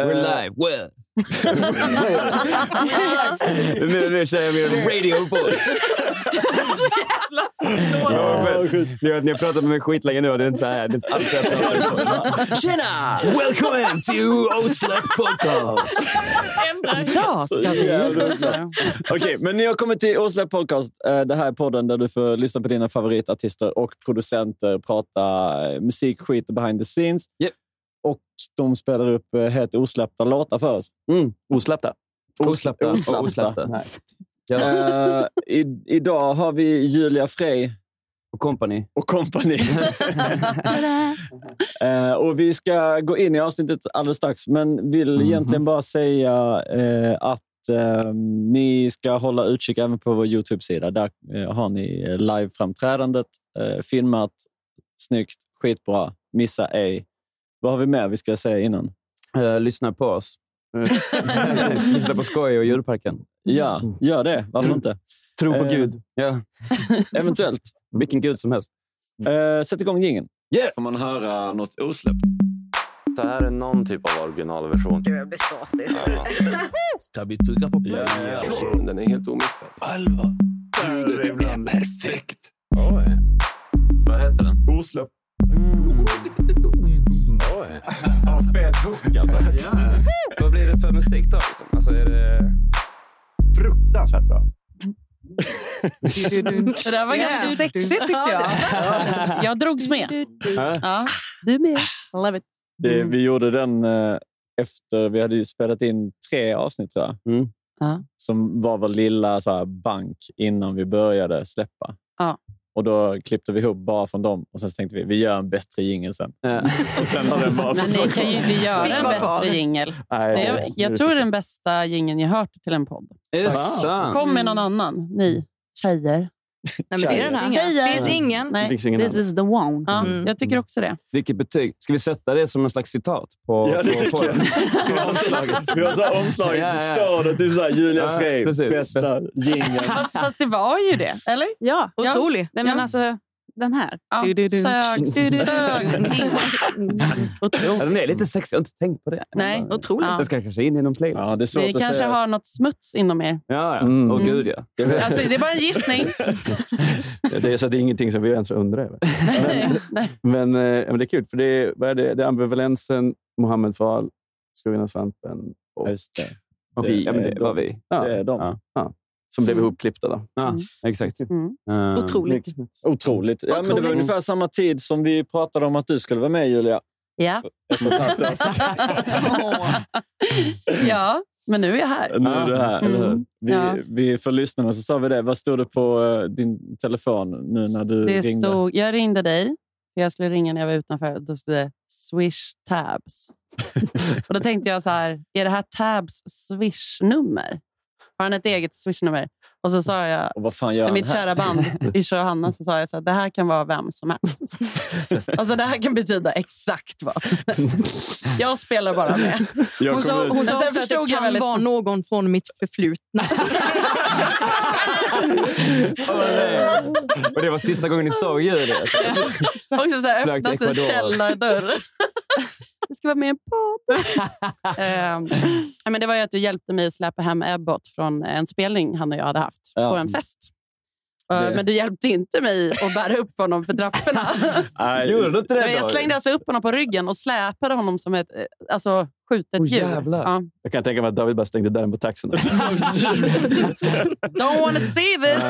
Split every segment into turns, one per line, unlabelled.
We're
Eh,
live, well.
alltså,
nu, nu kör jag min radio voice. Ja, men, ni, har- ni har pratat med mig skitlänge nu och det är inte så här. Det är inte alls så här jag pratar. Tjena! Welcome to Osläpp podcast!
Idag ska vi...
Jävla bra. Okej, men ni har kommit till Osläpp podcast. Eh, Det här är podden där du får lyssna på dina favoritartister och producenter prata eh, musik, skit och behind the scenes. Och de spelar upp eh, helt osläppta låtar för oss.
Mm, Osläppta.
Os-
Osläppta och
osläppta.
osläppta.
Nej.
Ja.
Eh, i, idag har vi Julia Frey
Och company.
och kompani. Eh, och vi ska gå in i avsnittet alldeles strax, men vill
Mhm.
egentligen bara säga eh, att eh, ni ska hålla utkik även på vår YouTube-sida. Där eh, har ni eh, live-framträdandet eh, filmat. Snyggt, skitbra. Missa ej. Vad har vi mer vi ska säga innan?
Eh, lyssna på oss. Precis. lyssna på skoj och djurparken.
Ja, gör det. Varför inte?
Mm. Tro
på
på
Gud.
Gud. Mm. Ja.
Eventuellt.
Vilken Gud som helst.
Eh, sätt igång gingen.
Yeah. Får man höra något osläppt?
Det här är någon typ av originalversion.
Jag blir såsig.
Ska vi trycka på play?
Den är helt omixad.
Alva, ljudet är perfekt.
Vad heter den?
Osläppt. Oj. Ja, fet hook alltså.
Vad blir det för musik då? Liksom? Alltså är det...
Fruktansvärt bra.
Det där var ganska sexigt tyckte jag. Jag drogs med. Ja. Du med. Love it.
Det,
Mm.
Vi gjorde den eh, efter... Vi hade ju spelat in tre avsnitt, tror jag.
Mm.
Ja.
Som var vår lilla så här, bank innan vi började släppa.
Ja.
Och Då klippte vi ihop bara från dem och sen så tänkte vi vi gör en bättre jingel sen.
Eh,
Och sen har den bara
Men
fått-
ni kan ju inte göra en bättre jingel.
Nej,
Jag, jag tror det är den bästa jingeln jag hört till en podd.
är det
Tack.
sant?
Kom med någon annan, ni Mm. tjejer.
Nej, men det är den här.
Tjejer.
Finns ingen.
Nej.
Finns ingen
This
annan.
is the one.
Ja,
Mm.
Jag tycker också det.
Vilket betyg? Ska vi sätta det som en slags citat? På,
Ja, det
på,
tycker
på-
jag. Vi har omslaget. Vi har så här omslaget
Ja,
så
ja.
står det typ så här, Julia
Ja,
Frey,
precis.
bästa jingeln.
Fast, fast det var ju det, eller?
Ja,
Ja.
otrolig. Nej, men
Ja.
alltså, den här.
Ja.
Du, du, du.
Sögs,
Du, du, du.
sögs in.
Ja, den är lite sexig. Jag har inte tänkt på det.
Nej.
Otrolig.
Ja.
Den ska kanske in i någon playlist.
Ja,
Ja,
det är svårt
Ni
att
kanske
säga.
har något smuts inom er.
ja.
Mm.
Åh, gud ja.
Alltså, det är bara en gissning.
Det är, så det är ingenting som vi ens undrar över. Men, eh, men det är kul, för det är, vad är, det? Det är ambivalensen, Mohammed Fahl, Skogen och svampen
Ja,
och,
Just det.
Och
Det
vi, ja, men
är
det var vi.
det är de.
Ja.
som
Mm.
blev ihopklippta. Då.
Ja, exakt.
Mm.
Eh,
Otroligt.
Otroligt. Ja, Men det var
Otroligt.
ungefär samma tid som vi pratade om att du skulle vara med, Julia.
Ja.
Ett och ett halvt år sedan.
ja, men nu är jag här.
Nu är du här, eller hur?
Mm.
Vi,
Ja.
vi, för lyssnarna så sa vi det. Vad stod det på eh, din telefon nu när du
Det
ringde?
stod, jag ringde dig, för jag skulle ringa när jag var utanför. Då stod det Swish Tabs. och Då tänkte jag så här, är det här Tabs Swish-nummer? Har han ett eget Swish-nummer?
Och så sa jag
Och vad fan gör
till
han
mitt
här?
kära band Isha och Hanna, så sa jag så här, det här kan vara vem som helst. alltså det här kan betyda exakt vad som helst. Jag spelar bara med.
Jag
Hon sa,
kommer-
hon
Men
sa
sen
också att det
förstod jag
kan
väldigt-
vara någon från mitt förflutna.
Och det var sista gången ni såg ljudet.
Också så här,
Flög till
öppnas en
Ecuador.
källardörr. Jag ska vara med i en podd. Ehm, nej, men det var ju att du hjälpte mig släpa hem Ebbot från en spelning han och jag hade haft
Ja.
på en fest. Eh,
Det-
Men du hjälpte inte mig att bära upp honom för trapporna.
Nej, Gjorde du inte det
Men jag
då?
slängde alltså upp honom på ryggen och släpade honom som ett eh, alltså, skjutet djur. Ja.
Jag kan tänka mig att David bara stängde dörren på taxin.
Don't wanna see this!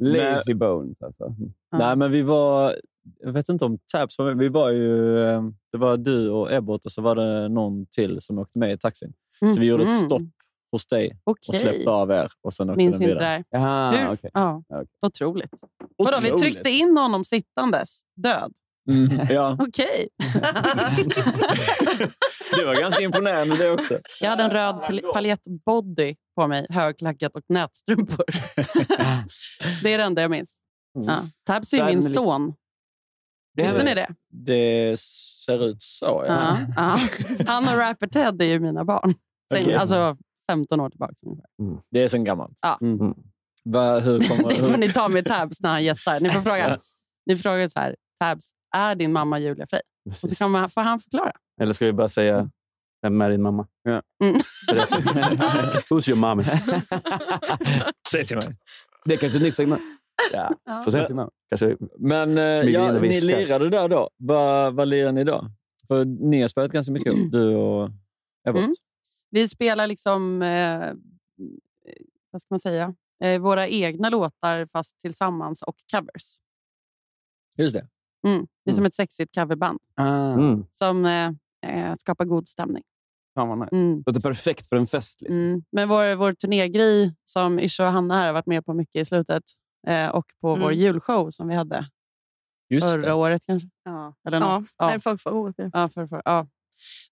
Lazy bones alltså.
Nej, men vi var... Jag vet inte om Tabs var med. Vi var ju, eh, det var du och Ebbot och så var det någon till som åkte med i taxin. Så vi gjorde ett
Mhm.
stopp hos dig och
Okej.
släppte av er och sen åkte
Minns
den
inte det
vidare.
där. Hur- ja. Otroligt. Vadå, vi
Otroligt.
tryckte in honom sittandes, död?
Mm, ja.
Okej.
Du var ganska imponerad med det också.
Jag hade en röd pal- paljettbody på mig, högklackat och nätstrumpor. det är det enda jag minns. Ja. Tabs är ju min
Värmlig-
son. Visste ni det?
Det ser ut så, ja.
Ja, ja. Han och Rapper Ted är ju mina barn. Sen,
Okej.
Alltså 15 år tillbaka ungefär.
Det är sen gammalt.
Ja.
Mm.
Va, hur kommer,
Det får
hur,
ni ta med Tabs när han gästar. Ni får fråga, ni får fråga så här, Tabs, är din mamma Julia Frey? Och så kommer han, får han förklara.
Eller ska vi bara säga, vem är din mamma?
Mm.
Berätta. Who's your mommy?
Säg till mig.
Det är kanske ett nytt segment.
Ja.
Får se. Kanske
Men eh,
smyger
ja,
in och
ni
viskar.
lirade där då. Vad vad lirar ni då? För ni har spelat ganska mycket ihop, du och Ebbot.
Mm. Vi spelar liksom, eh, vad ska man säga, eh, våra egna låtar fast tillsammans och covers.
Just det. Mm.
Mm. Det är som ett sexigt coverband
Mm.
som eh, eh, skapar god stämning.
Fan vad nice.
Mm.
Låter perfekt för en fest. Liksom.
Mm. Men vår, vår turnégrej som Isha och Hanna här har varit med på mycket i slutet eh, och på
Mm.
vår julshow som vi hade
Just
förra
det.
året kanske. Ja. Eller
Ja.
något.
Nej, för- förra
oh,
året, ja.
Ja, för, för, ja.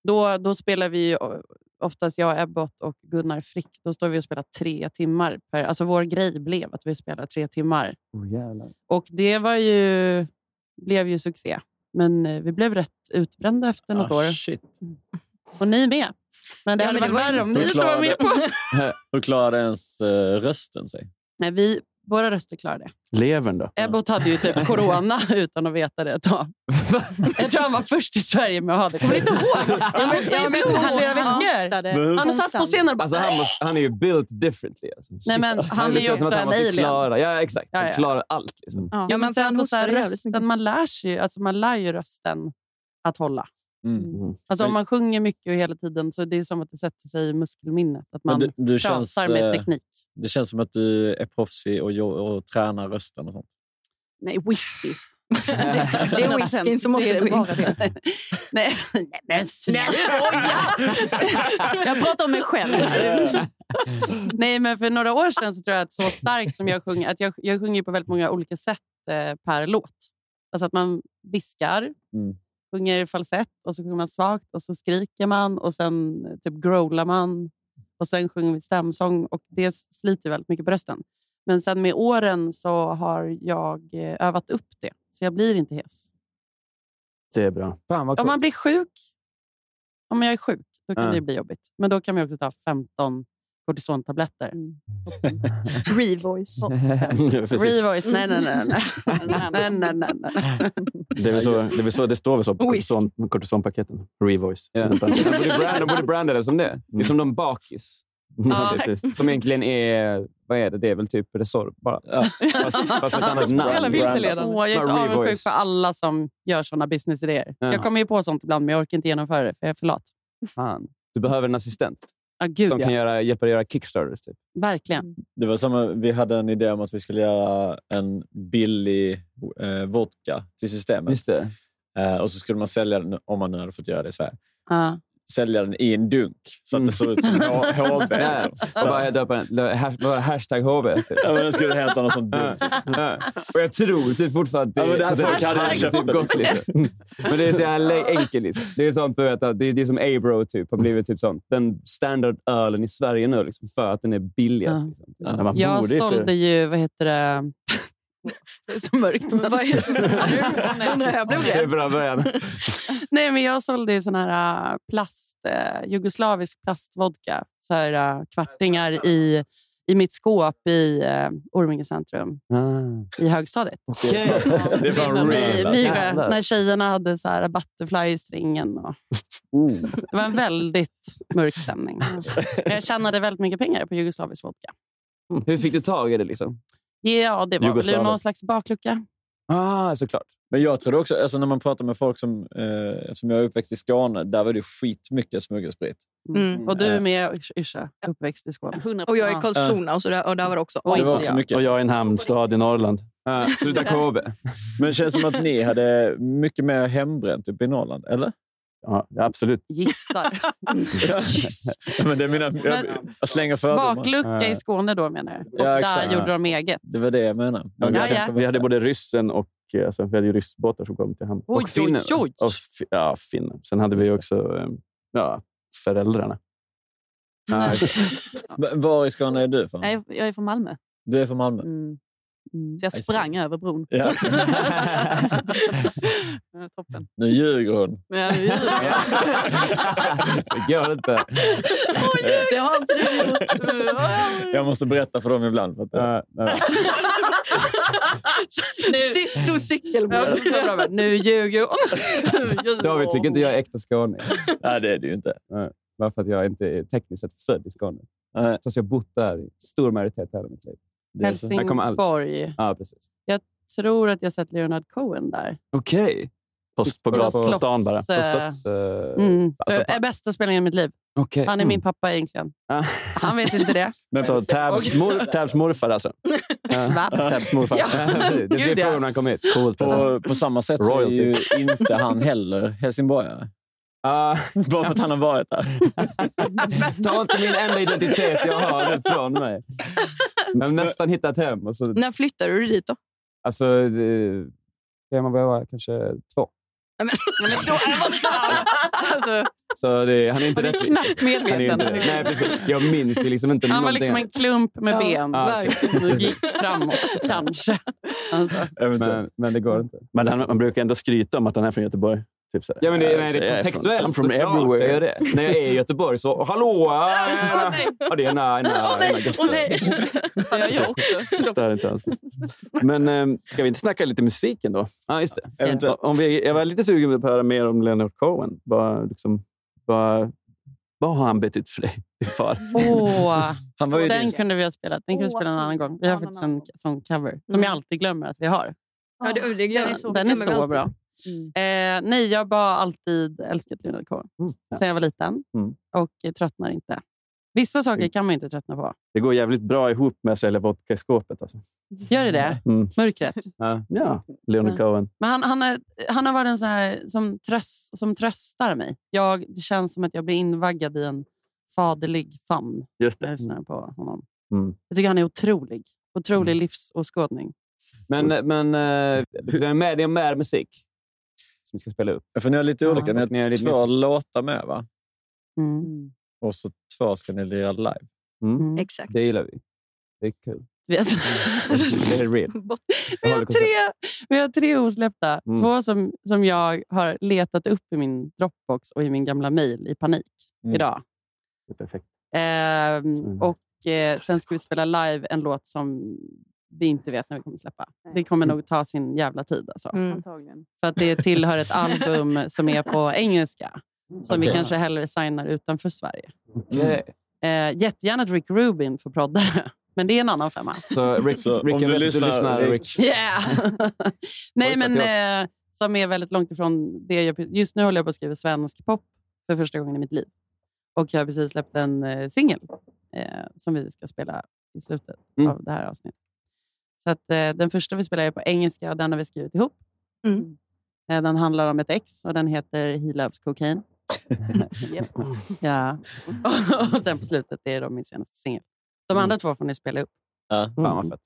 Då, då spelar vi ju o- oftast jag, Ebbot och Gunnar Frick. Då står vi och spelar tre timmar. Per, alltså vår grej blev att vi spelar tre timmar.
Oh, jävlar.
Och det var ju, blev ju succé. Men eh, vi blev rätt utbrända efter något
Ah,
år.
shit.
Och ni med. Men det
Ja,
hade
men det
varit
var-
värre om ni
Hur
inte var med på.
klarade- Hur klarade ens eh, rösten sig?
Nej, vi, våra röster klarade det.
Levern då?
Ebbot hade ju typ corona utan att veta det ett tag. Jag tror han var först i Sverige med att ha det. Kommer ni inte ihåg? Jag måste ha med på flera veckor. Han satt på scenen och bara...
Alltså, han, måste, han är ju built differently. Alltså. Shit,
men
alltså.
han är
känns
ju också
som att han
en
måste
alien.
Klara, ja, exakt.
Ja,
Han
ja.
klarar allt. Liksom.
Ja,
Ja,
men
men
sen
han
så, så här,
hostar jävligt mycket.
rösten, man lär sig ju, alltså man lär ju rösten att hålla.
Mm.
Alltså om man sjunger mycket och hela tiden så är det är som att det sätter sig i muskelminnet. Att
Men
man
du- du
pratar
känns,
med
eh,
teknik.
Det känns som att du är proffsig och, jo- och tränar rösten och sånt.
Nej, whisky.
Det är whiskyn som måste gå in.
Nej, nej, men
Nej,
sluta!
Jag pratar om mig själv.
Nej, men för några år sedan så tror jag att så starkt som jag sjunger, att jag, jag sjunger på väldigt många olika sätt eh, per låt. Alltså att man viskar,
Mm.
sjunger falsett och så sjunger man svagt och så skriker man och sen eh, typ growlar man och sen sjunger vi stämsång och det sliter väldigt mycket på rösten. Men sen med åren så har jag eh, övat upp det så jag blir inte hes.
Det är bra.
Fan, vad
Om man
coolt.
blir sjuk, om jag är sjuk, då kan
Ja.
det ju bli jobbigt. Men då kan man ju också ta 15 kortisontabletter. Mm.
Revoice.
Ja, precis.
Revoice, nej, nej, nej. nej. nej, nej, nej, nej.
Det är väl så det, är väl så, det står väl så på
Whisk.
kortison- kortisonpaketen. Revoice. Mm.
Ja. De borde branda- de borde branda det som det. Det är som de bakis.
Mm. Ja.
Precis. Som egentligen är... Vad är det? Det är väl typ Resorb bara.
Alltså,
Fast, fast med ett annat namn.
Jävla vilseledande. Åh, jag är så
Bara
avundsjuk
Revoice.
för alla som gör såna businessidéer.
Ja.
Jag kommer ju på sånt ibland, men jag orkar inte genomföra det, för jag är för lat.
Fan. Du behöver en assistent
Ja, gud,
som
ja.
kan göra, hjälpa dig göra kickstarters. Typ.
Verkligen.
Det var samma, vi hade en idé om att vi skulle göra en billig eh, vodka till systemet.
Just det.
Eh, och så skulle man sälja den om man nu hade fått göra det i Sverige.
Ja.
sälja den i en dunk så att det ser ut som en H- HB.
Nej,
liksom.
och bara döpa den. Lö- hash- Vad var det? hashtag HB? typ.
Ja, men den skulle heta något sånt dumt.
Ja. Och jag tror typ fortfarande att det,
Ja, men det här
att det-
folk hade
hashtag
köpt det,
gott.
liksom.
Liksom. Men det är så jävla enkelt. Liksom. Det är sånt du vet, att det, är, det är som Abro typ, har blivit typ sånt. den standardölen i Sverige nu liksom, för att den är billigast.
Ja.
Liksom.
Ja.
Ja, man
Jag
borde ju för-
sålde ju, vad heter det... det är så mörkt. Men vad är det som
Det är bra början.
Nej, men jag sålde ju sån här äh, plast, äh, jugoslavisk plastvodka. Så här, äh, kvartingar i, i mitt skåp i äh, Orminge centrum
Ah.
i högstadiet.
Okej.
Ja,
Det är fan
vi-
real,
vi,
alltså.
gjorde-
Jävlar.
När tjejerna hade så här butterfly i stringen. Och,
Mm.
det var en väldigt mörk stämning. Men Jag tjänade väldigt mycket pengar på jugoslavisk vodka.
Hur fick du tag i det? Liksom?
Ja, det var väl
Jugoslaven.
någon slags baklucka.
Ah, såklart.
Men jag tror det också, alltså när man pratar med folk som, eh, som jag är uppväxt i Skåne, där var det skitmycket smuggelsprit.
Mm. Och du är med Yrsa, uppväxt i Skåne.
Och jag är i Karlskrona och, så där, och där var det också.
Det var också mycket.
Och jag är en hamnstad i Norrland.
så det
KB. Men det känns som att ni hade mycket mer hembränt uppe i Norrland, eller?
Ja, absolut.
Gissar.
Men det är mina, jag, jag slänger fördomar.
Baklucka i Skåne då menar jag. Och
Ja,
där
exakt.
gjorde de eget.
Det var det jag menade.
Men vi,
Ja,
hade,
ja.
vi hade både ryssen och eh, alltså, vi hade ju ryssbåtar som kom till hamn.
Oj,
och finnar.
oj, oj.
Och fi- ja, finnar. Sen hade vi också eh, ja, föräldrarna.
Nej. Men Var i Skåne är du från?
Nej, jag är från Malmö. Mm.
Du är från Malmö?
Så jag
Mm. I see.
sprang över bron.
Ja.
Toppen.
Nu ljuger hon.
Ja, nu ljuger jag.
Det går inte.
Det har inte du gjort.
Jag måste berätta för dem ibland. För att, eh,
Nu. Tog cykelbord. Nu ljuger hon.
David tycker inte jag är äkta skåning.
Nej, det är du inte.
Bara för att jag inte är tekniskt sett född i Skåne. Fast jag har bott där i stor majoritet hela mitt liv.
Det är så.
Jag kommer aldrig-
Helsingborg.
Ja, precis.
Jag tror att jag sett Leonard Cohen där.
Okej.
På, på,
På
glas- på
slotts-
stan bara.
eh,
På slotts, eh,
Mm.
alltså,
det är bästa spelningen i mitt liv.
Okej.
Han är
Mm.
min pappa egentligen. Han vet inte det.
Men så Tabs, mor, Tabs morfar alltså?
Va?
Tabs morfar.
Ja.
Det ska vi fråga när han kommer hit.
Coolt.
Alltså,
På, på samma sätt så är ju inte han heller helsingborgare. Bara för att han har varit där.
Ta inte min enda identitet jag har från mig. Jag har nästan hittat hem. Och så,
När flyttade du dit då?
alltså, det, kan man vara kanske två.
Nej, men, nej, men då är man fan. alltså,
Så det, han är inte
Han är
rättvis.
knappt medveten.
Han är inte det. Nej, precis. Jag minns ju liksom inte
Han var
någonting.
liksom en klump med
Ja,
ben.
ja, verkligen.
och gick framåt, kanske. Alltså.
Men,
men det går inte.
Men han, man brukar ändå skryta om att han är från Göteborg. Typ så här.
Ja, men det,
Jag
nej, det
säger,
är
jag
kontextuellt.
Från, I'm from
såklart
everywhere.
är det. När jag är i Göteborg så, hallå! Ja, det är nej, nej.
Åh nej, åh nej. Det gör jag
Typ.
också.
Det är inte alls. Men ehm, ska vi inte snacka lite musik ändå?
Ja, just det.
Eventuellt. Om vi, jag var lite sugen på att höra mer om Leonard Cohen. Vad, liksom, vad, vad har han betytt för dig, din far?
Åh,
Han var ju
den
din-
kunde vi ha spelat. Den kan vi spela en annan gång. Vi har faktiskt en sån cover som jag alltid glömmer att vi har.
Ja, det, det glömmer,
Den är så, bra. Eh, nej, jag har bara alltid älskat Leonard Cohen sen jag var liten
Mm.
och eh, tröttnar inte. Vissa saker kan man ju inte tröttna på.
Det går jävligt bra ihop med att sälja vodka i skåpet. Alltså.
Gör det det?
Mm.
Mörkret?
Ja,
ja. Leonard
Ja.
Cohen.
Men han, han, är, han har varit en sån här som, tröst, som tröstar mig. Jag, det känns som att jag blir invaggad i en faderlig famn
Just
när jag lyssnar på honom.
Mm.
Jag tycker han är otrolig. Otrolig livsåskådning.
Men, men eh, det är med, det är med musik som vi ska spela upp.
För ni har lite olika. Ni har,
Ni har lite
två
minst-
låtar med, va?
Mm.
Och så två ska ni lira live.
Mm.
Exakt.
Det gillar vi. Det är kul.
Vi har,
Det är real.
vi
håller
har,
koncept.
tre, vi har tre osläppta. Två som, som jag har letat upp i min Dropbox och i min gamla mail i panik
Mm.
idag.
Det är perfekt.
Ehm,
Så.
och eh, Sen ska vi spela live en låt som vi inte vet när vi kommer släppa. Det kommer nog ta sin jävla tid. Alltså.
Antagligen.
För att det tillhör ett album som är på engelska. Som vi
Okej.
kanske hellre signar utanför Sverige.
Okej.
Eh, jättegärna att Rick Rubin får prodda det, men det är en annan femma.
Så Rick,
Så om
Rick
du
jag vet att
lyssnar,
du lyssnar
Rick.
Rick.
Yeah! Nej, men
till
eh, som är väldigt långt ifrån det jag... Just nu håller jag på att skriva svensk pop för första gången i mitt liv. Och jag har precis släppt en eh, singel eh, som vi ska spela i slutet
Mm.
av det här avsnittet. Så att, eh, den första vi spelar är på engelska och den har vi skrivit ihop. Eh, den handlar om ett ex och den heter He Loves Cocaine. Japp. ja. Och sen på slutet, det är då min senaste singel. De
Mm.
andra två får ni spela upp.
Ja. Fan vad fett.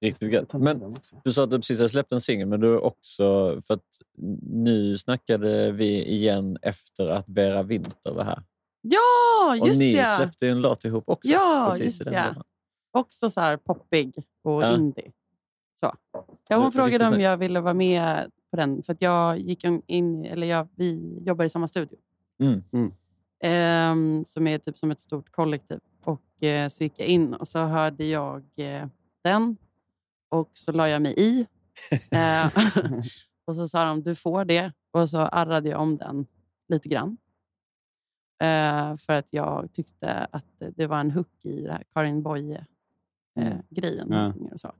Riktigt gött. Men
Mm.
du sa att du precis har släppt en singel, men du har också... För att nu snackade vi igen efter att Vera Winter var här.
Ja,
Och
just
ni
det!
släppte ju en låt ihop också.
ja,
precis
just
i den
det.
vevan.
Också så här poppig och
Ja.
indie. Så.
Det
Ja,
är
hon frågade
riktigt
om
nice.
jag ville vara med på den, för att jag gick in, eller jag, vi jobbar i samma studio.
Mm.
Ehm, som är typ som ett stort kollektiv. Och eh, Så gick jag in och så hörde jag eh, den och så la jag mig i. Eh, och så sa de du får det och så arrade jag om den lite grann. Eh, för att jag tyckte att det var en hook i det här Karin
Mm.
Boye-grejen.
Ja.
och, så.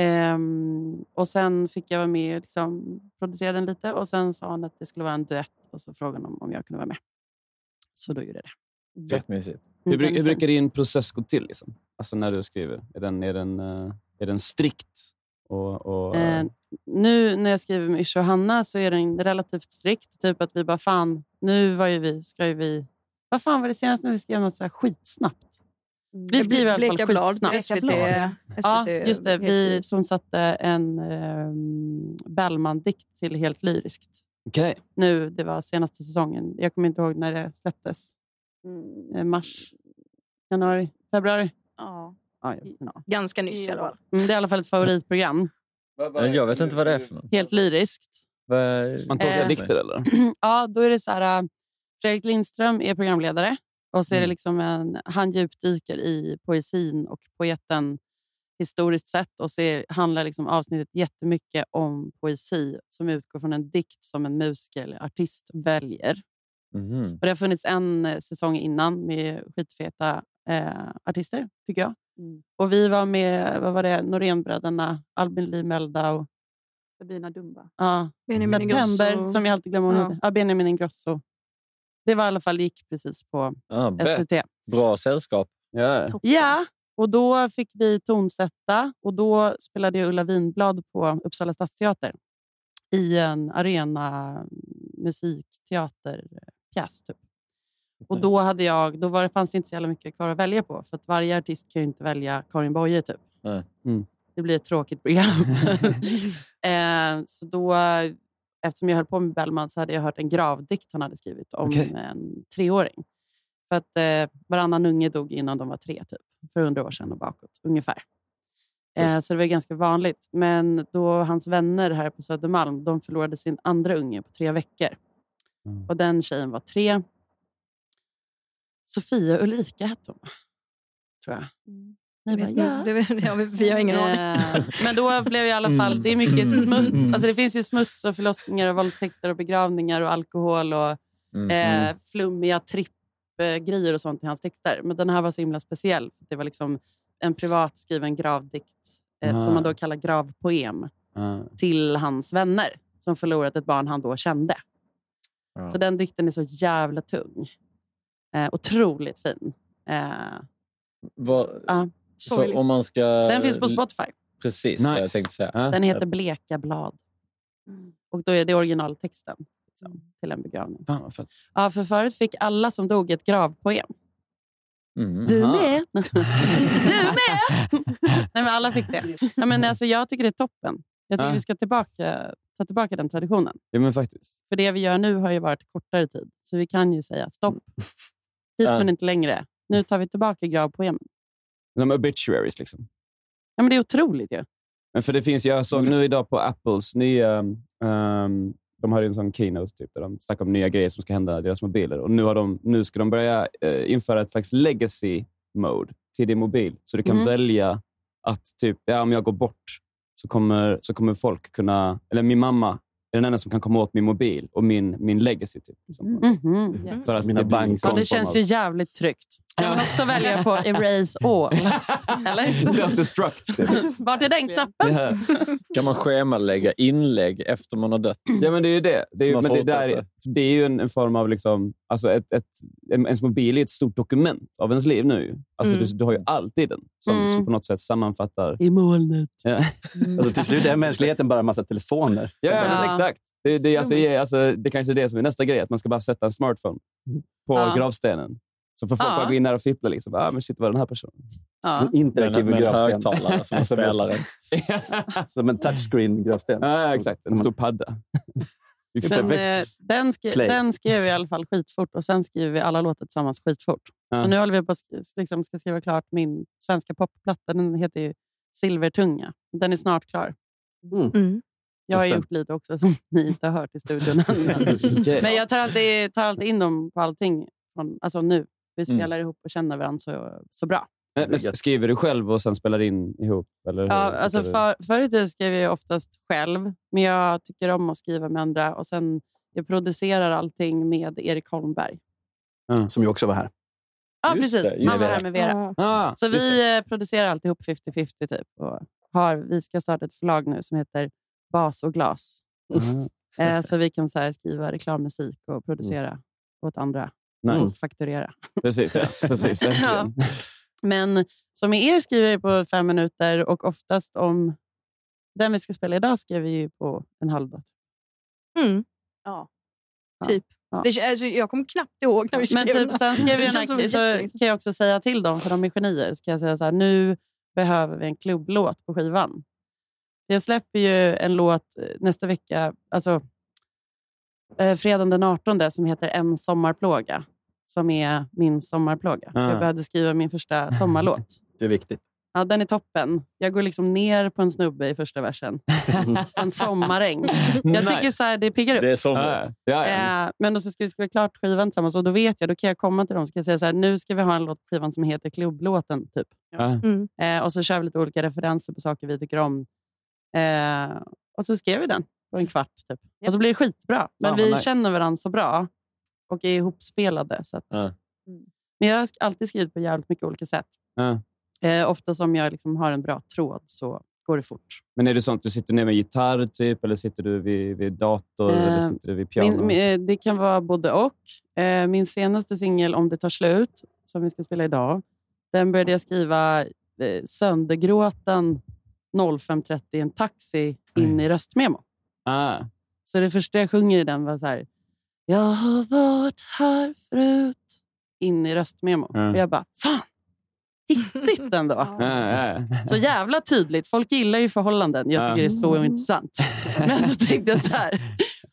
Ehm, och sen fick jag vara med och liksom producera den lite och sen sa hon att det skulle vara en duett och så frågade hon om jag kunde vara med. Så då gjorde jag det.
Fett mysigt.
Hur, bru-
Mm,
hur
den-
brukar din process gå till liksom? alltså när du skriver? Är den, är den, eh, är den strikt? Och, och,
Eh, nu när jag skriver med Ish och Hanna så är den relativt strikt. Typ att vi bara, fan, nu var ju vi, ska ju vi... Vad fan var det senaste när vi skrev något så här skitsnabbt? Vi
Ble-
skriver i alla fall
Bleka blad,
skitsnabbt.
SVT,
ja,
SVT,
just det. Vi
heltid.
som satte en um, Bellman-dikt till Helt lyriskt.
Okej.
Nu, det var senaste säsongen. Jag kommer inte ihåg när det släpptes. Eh, Mars, januari, februari?
Ja.
Ja, jag vet inte.
Ganska nyss i alla fall.
Mm, det är i alla fall ett favoritprogram.
Jag vet inte vad det är för något.
Helt lyriskt.
Vad-
Man tolkar Eh, dikter,
eller?
ja, då är det så här... äh, Fredrik Lindström är programledare och så är det
Mm.
liksom en, han djupdyker i poesin och poeten historiskt sett och så är, handlar liksom avsnittet jättemycket om poesi som utgår från en dikt som en musiker eller artist väljer.
Mhm.
Och det har funnits en eh, säsong innan med skitfeta eh, artister, tycker jag.
Mm.
Och vi var med vad var det, Norénbröderna, Albin Lee Meldau,
Sabina Dumba.
Ja.
Benjamin
September,
Ingrosso.
som jag alltid glömmer hon
Ja.
heter. ja, Benjamin Ingrosso. Det var i alla fall det gick precis på
Ja,
SVT.
Bra sällskap.
Ja.
Ja, och då fick vi tonsätta och då spelade jag Ulla Winblad på Uppsala stadsteater i en arena musikteaterpjäs. Typ. Och då, hade jag, då var det, fanns det inte så jävla mycket kvar att välja på. För att varje artist kan ju inte välja Karin Boye. Typ. Det blir ett tråkigt program. eh, så då, eftersom jag höll på med Bellman så hade jag hört en gravdikt han hade skrivit om
Okej.
en treåring. För att eh, varannan unge dog innan de var tre, typ. För hundra år sedan och bakåt, ungefär. Eh, så det var ganska vanligt. Men då hans vänner här på Södermalm, de förlorade sin andra unge på tre veckor. Och den tjejen var tre. Sofia Ulrika hette hon, tror jag.
Mm. Jag
Ni
vet
bara,
inte.
ja.
Det vet- ja, vi- vi har ingen aning.
Eh, Men då blev jag i alla fall...
Mm.
Det är mycket
Mm.
smuts.
Mm.
Alltså det finns ju smuts och förlossningar och våldtäkter och begravningar och alkohol och
Mm.
eh,
Mm.
flummiga trippgrejer och sånt i hans texter. Men den här var så himla speciell. Det var liksom en privat skriven gravdikt eh,
Ah.
som man då kallar gravpoem till hans vänner som förlorat ett barn han då kände.
Ah.
Så den dikten är så jävla tung. Eh, otroligt fin. Eh,
Vad-
ja.
så om man ska...
Den finns på
Eh,
Spotify.
Precis vad
Nice.
jag tänkte säga.
Den heter Bleka blad. Och då är det originaltexten liksom, till en begravning.
Fan vad fett.
Ja, för förut fick alla som dog ett gravpoem.
Mm.
Du
Aha.
med! du med! Nej, men alla fick det. Ja, men alltså, jag tycker det är toppen. Jag tycker
Ja.
vi ska tillbaka, ta tillbaka den traditionen.
Ja, men faktiskt.
För det vi gör nu har ju varit kortare tid, så vi kan ju säga stopp. Hit
Ja.
men inte längre. Nu tar vi tillbaka gravpoemen.
De obituaries liksom.
Ja, men det är otroligt ju.
Men för det finns, jag såg nu idag på Apples nya... ehm, de hade ju en sån keynote typ, där de snackade om nya grejer som ska hända i deras mobiler. Och nu, har de, nu ska de börja eh, införa ett slags legacy mode till din mobil. Så du kan
Mm.
välja att typ, ja, om jag går bort så kommer, så kommer folk kunna... Eller min mamma är den enda som kan komma åt min mobil och min, min legacy. Typ, liksom.
Mm.
Mhm.
för att
Mina
det blir liksom
Ja, det
någon form
känns
av-
ju jävligt tryggt. Jag vill också välja på erase all. Eller?
Self-destruct.
Vart är den knappen?
Kan man schemalägga inlägg efter man har dött?
Ja, men det är ju det. Det är,
Så
ju,
man
men det,
fortsätter.
där, det är ju en, en form av... Liksom, alltså ett, ett, en- ens mobil är ett stort dokument av ens liv nu. ju. Alltså
Mm.
du, du har ju alltid den som,
Mm.
som på något sätt sammanfattar...
I molnet.
Ja.
Alltså, till slut är mänskligheten bara en massa telefoner.
Ja,
Som-
men exakt. Det, det, är alltså, det är- alltså, det kanske är det som är nästa grej, att man ska bara sätta en smartphone på
Ja.
gravstenen. Så får folk
Ja.
bara gå in där och fippla. Liksom. Ah, men shit, vad den här personen. Alltså,
Ja.
Mm.
En interaktiv
Med en
gravsten.
högtalare som spelar
som en touchscreen-gravsten.
Ja, exakt. En stor padda.
Men, eh, den, skri
Clay.
den skrev vi i alla fall skitfort och sen skriver vi alla låtar tillsammans skitfort.
Ja.
Så nu håller vi på att sk- liksom ska skriva klart min svenska popplatta. Den heter ju Silvertunga. Den är snart klar. Mm. Jag har
Vad
gjort lite också som ni inte har hört i studion. än.
Okej.
Men jag tar alltid, tar alltid in dem på allting från, alltså nu. Vi
Mm.
spelar ihop och känner varandra så, så bra.
Men, men Eh, skriver du själv och sen spelar in ihop? Eller hur?
Ja, alltså
Eller-
för, förr i tiden skrev jag ju oftast själv, men jag tycker om att skriva med andra. Och sen, jag producerar allting med Erik Holmberg.
Som ju också var här.
Ja,
Just
precis.
det, just
Man var
det.
här med Vera.
Ah,
så
just
vi eh, producerar alltihop 50-50. Typ, och har, vi ska starta ett förlag nu som heter Bas och glas. Eh, så vi kan så här, skriva reklammusik och producera
Mm.
åt andra.
Nice.
Och fakturera.
Precis, ja. Precis,
Mm.
Mm.
ja.
äntligen.
Men som med er skriver jag på fem minuter och oftast om den vi ska spela idag skriver vi ju på en halv dag.
Mm. Ja, typ.
Ja.
Det, alltså, jag kommer knappt ihåg när vi skrev
Men typ,
den.
sen skrev vi den
Det känns
här,
som
så
jättelänge.
kan jag också säga till dem, för de är genier, så kan jag säga så här, nu behöver vi en klubblåt på skivan. Jag släpper ju en låt eh, nästa vecka, alltså eh, fredagen den 18, som heter En sommarplåga, som är min sommarplåga.
Ah.
Jag behövde skriva min första sommarlåt.
Det är viktigt.
Ja, den är toppen. Jag går liksom ner på en snubbe i första versen. en sommaräng. Jag
Nice.
tycker så här, det piggar upp.
Det är somrigt. Ja, ja.
Eh, men då så ska vi skriva klart skivan tillsammans och då vet jag, då kan jag komma till dem och säga så här, nu ska vi ha en låt på skivan som heter klubblåten. Typ.
Ja.
Mm.
Eh, och så kör vi lite olika referenser på saker vi tycker om. Eh, och så skrev vi den på en kvart. Typ. Och så blir det skitbra. Men
Fan,
vi
vad nice.
känner varandra så bra och är ihopspelade. Så att, Mm. Men jag har sk- alltid skrivit på jävligt mycket olika sätt.
Ja.
Eh, ofta som jag liksom har en bra tråd så går det fort.
Men är det sånt du sitter ner med gitarr typ, eller sitter du vid, vid dator
Eh,
eller sitter du vid piano?
Min, min, eh, det kan vara både och. Eh, Min senaste singel, Om det tar slut, som vi ska spela idag, den började jag skriva eh, söndergråten 05.30 i en taxi in i röstmemo.
Ah.
Så det första jag sjunger i den var så här... Jag har varit här förut. In i röstmemo.
Ja.
Och jag bara, fan! Hittigt ändå.
Ja, ja.
Så jävla tydligt. Folk gillar ju förhållanden. Jag tycker
Ja.
det är så intressant. Men så tänkte jag så här.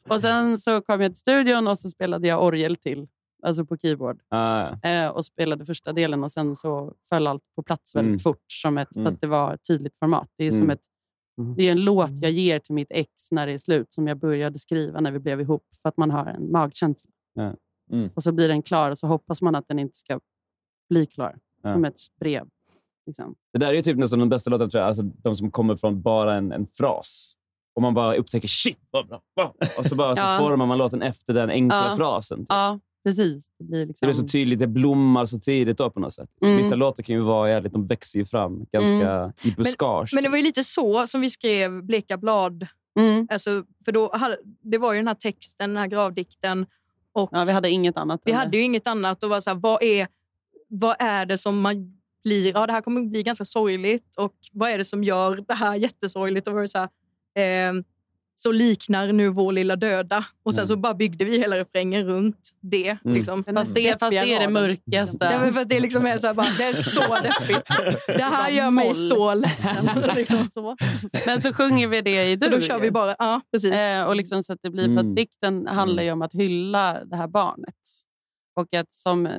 Och sen så kom jag till studion och så spelade jag orgel till. Alltså på keyboard.
Ah.
Eh, och spelade första delen och sen så föll allt på plats väldigt
Mm.
fort. Som ett, För
Mm.
att det var ett tydligt format. Det är, som
Mm.
ett, det är en låt
Mm.
jag ger till mitt ex när det är slut. Som jag började skriva när vi blev ihop. För att man har en magkänsla.
Ja. Mm.
Och så blir den klar och så hoppas man att den inte ska bli klar.
Ja.
Som ett brev. Liksom.
Det där är ju typ nästan de bästa låtarna, tror jag. Alltså, de som kommer från bara en, en fras. Och man bara upptäcker shit vad bra. Wow. Och så, bara,
Ja.
så formar man låten efter den enkla
Ja.
frasen. Typ.
Ja, precis. Det blir
Det
liksom...
blir så tydligt, det blommar så tidigt då på något sätt.
Mm.
Vissa låtar kan ju vara jävligt, de växer ju fram ganska
Mm.
i buskage. typ.
Men det var ju lite så som vi skrev Bleka blad.
Mm.
Alltså, för då, hade- det var ju den här texten, den här gravdikten. Och
ja, vi hade inget annat.
Vi
än det.
hade ju inget annat. Och var så här, vad, är, vad är det som man blir... Ja, det här kommer bli ganska sorgligt. Och vad är det som gör det här jättesorgligt? Och var det så, här, eh, så liknar nu vår lilla döda. Och sen
Mm.
så bara byggde vi hela refrängen runt det. Liksom.
Fast det, fast det är det mörkaste.
Ja, men för att det liksom är så här, bara, det är så deppigt. Det här gör mig så ledsen. liksom så.
Men så sjunger vi det i
Så
dur.
då kör vi bara... Ja, precis.
Eh, och liksom så att det blir, för
Mm.
att dikten handlar ju om att hylla det här barnet. Och att som, eh,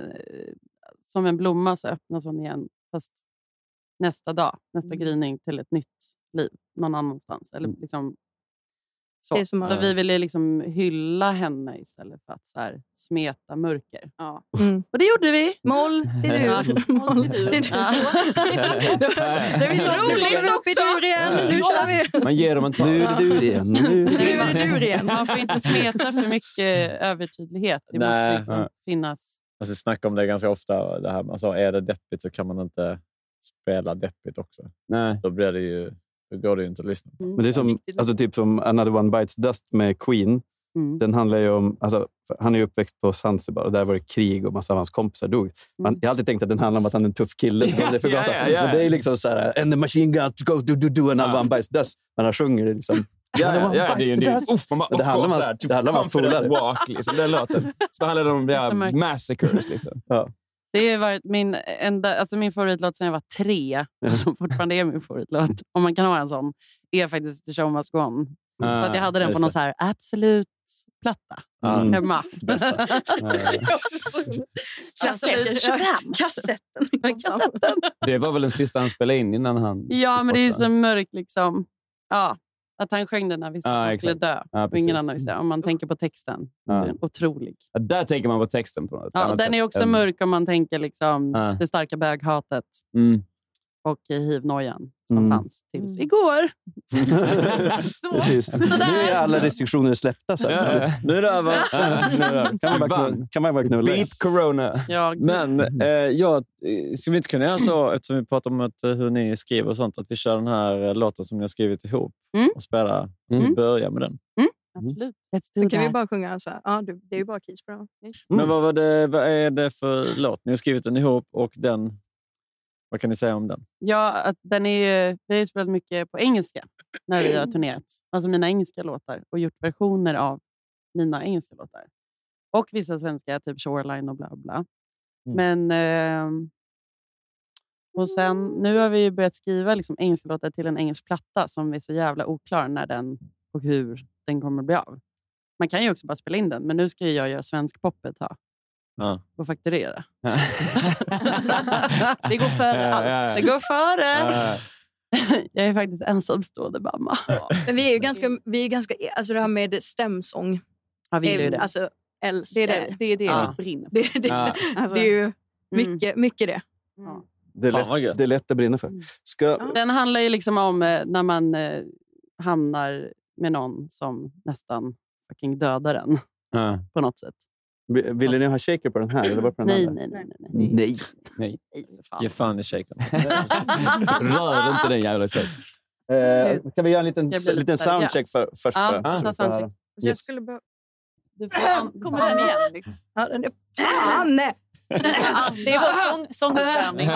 som en blomma så öppnas hon igen. Fast nästa dag, nästa gryning till ett nytt liv någon annanstans. Eller liksom så.
Det är som att-
så vi ville liksom hylla henne istället för att så här smeta mörker. Ja. Och det gjorde vi.
Moll till dur. Moll till dur.
Ja.
Det är så roligt upp i dur igen. Nu kör vi.
Man ger dem en tag.
Nu är det dur igen. Nu är det
Man- Man får inte smeta för mycket övertydlighet. Det
Nej.
måste liksom
Ja.
finnas.
Alltså, jag snackar om det ganska ofta. Det här med, alltså, är det deppigt så kan man inte spela deppigt också.
Nej.
Då, blir det ju, då går det ju inte att lyssna på.
Men det är som, alltså typ som Another One Bites Dust med Queen.
Mm.
Den handlar ju om, alltså, för han är ju uppväxt på Zanzibar och där var det krig och massa av hans kompisar dog. Man, Jag har alltid tänkt att den handlar om att han är en tuff kille som
Ja,
håller för
ja,
gatan.
ja, ja.
Men det är liksom så här, and the machine gun, go do do do, another one bites dust. Men han sjunger det liksom Ja,
Men
ja,
det,
ja,
det, är ju- det, är ju- uff, man bara,
Det handlar om
åh,
hans-
så här, typ
det handlar om hans
confident
polare.
Walk, liksom, den låten. Så handlar det om
är så
ja,
märkligt.
massacres. Liksom.
Det har ju varit min, enda, alltså min favoritlåt sedan jag var tre, och som fortfarande är min favoritlåt, om man kan ha en sån, är faktiskt The Show Must Go On. För
Ah,
att jag hade den
Eh,
just
på någon
det.
så här Absolut-platta
Ah,
Mm.
hemma.
Bästa.
Absolut 25.
Kassetten.
Det var väl den sista han spelade in innan han...
Ja, men det är ju så mörkt liksom. Ja, att han sjöng den när han visste
Ja,
att han skulle
exakt.
dö.
Ja,
och ingen
precis.
annan visste. Om man tänker på texten.
Ja.
Otrolig.
Ja, där tänker man på texten på något
Ja,
annat
den är
sätt
också
än-
mörk om man tänker liksom
Ja.
det starka böghatet
Mm.
och hiv-nojan som
Mm.
fanns tills igår.
Precis. Nu är alla restriktioner släppta. Så.
Ja, ja.
Nu är det över.
Nu är det över.
Kan man bara
Vann.
knulla- kan man bara knulla.
Beat
corona.
Ja,
Men eh, jag, ska vi inte kunna göra så, eftersom vi pratar om att, eh, hur ni skriver och sånt, att vi kör den här eh, låten som ni har skrivit ihop
Mm.
och spelar. Vi börjar med den.
Absolut. Let's
Då kan vi bara sjunga så här. Ja, du, det är ju bara Keys bra.
Mm.
Men vad, var det, vad är det för låt? Ni har skrivit den ihop och den... Vad kan ni säga om den?
Ja, att den är ju, vi har ju spelat mycket på engelska när vi har turnerat. Alltså mina engelska låtar och gjort versioner av mina engelska låtar. Och vissa svenska, typ Shoreline och bla bla. Men... ehm, och sen, nu har vi ju börjat skriva liksom engelska låtar till en engelsk platta som är så jävla oklar när den och hur den kommer bli av. Man kan ju också bara spela in den, men nu ska ju jag göra svensk pop ett tag
Ja.
och fakturera. det går före
Ja,
allt.
ja, ja.
Det går före.
Eh.
Ja.
Äh,
Jag är faktiskt ensamstående mamma.
Men vi är ju ganska... Vi är ganska alltså det här med stämsång.
Ja, vi gillar ju
Eh,
det.
Alltså,
Det
älskar
är det- det är det
Ja.
vi brinner för.
Det, det,
Ja.
Alltså-
det är ju mycket, mycket det.
Det är, lätt, det är lätt att brinna för. Ska,
Den handlar ju liksom om eh, när man eh, hamnar med någon som nästan fucking dödar en
Ja.
på något sätt.
vi- ville ni ha shaker på den här? Eller bara på den
Nej,
andra?
nej, nej, nej,
nej. nej.
nej.
Ge fan i shaken.
Rör inte den jävla tjejen.
Eh, kan vi göra en liten,
Ska jag bli lite
liten soundcheck för,
seriös?
först?
Ja,
bara, så
nästa
vi får höra.
soundcheck.
Så jag
Yes.
skulle behöva...
Du får-
Kommer den igen? Liksom. Ja, den är... Fan!
Det är vår sång, sånguppvärmning.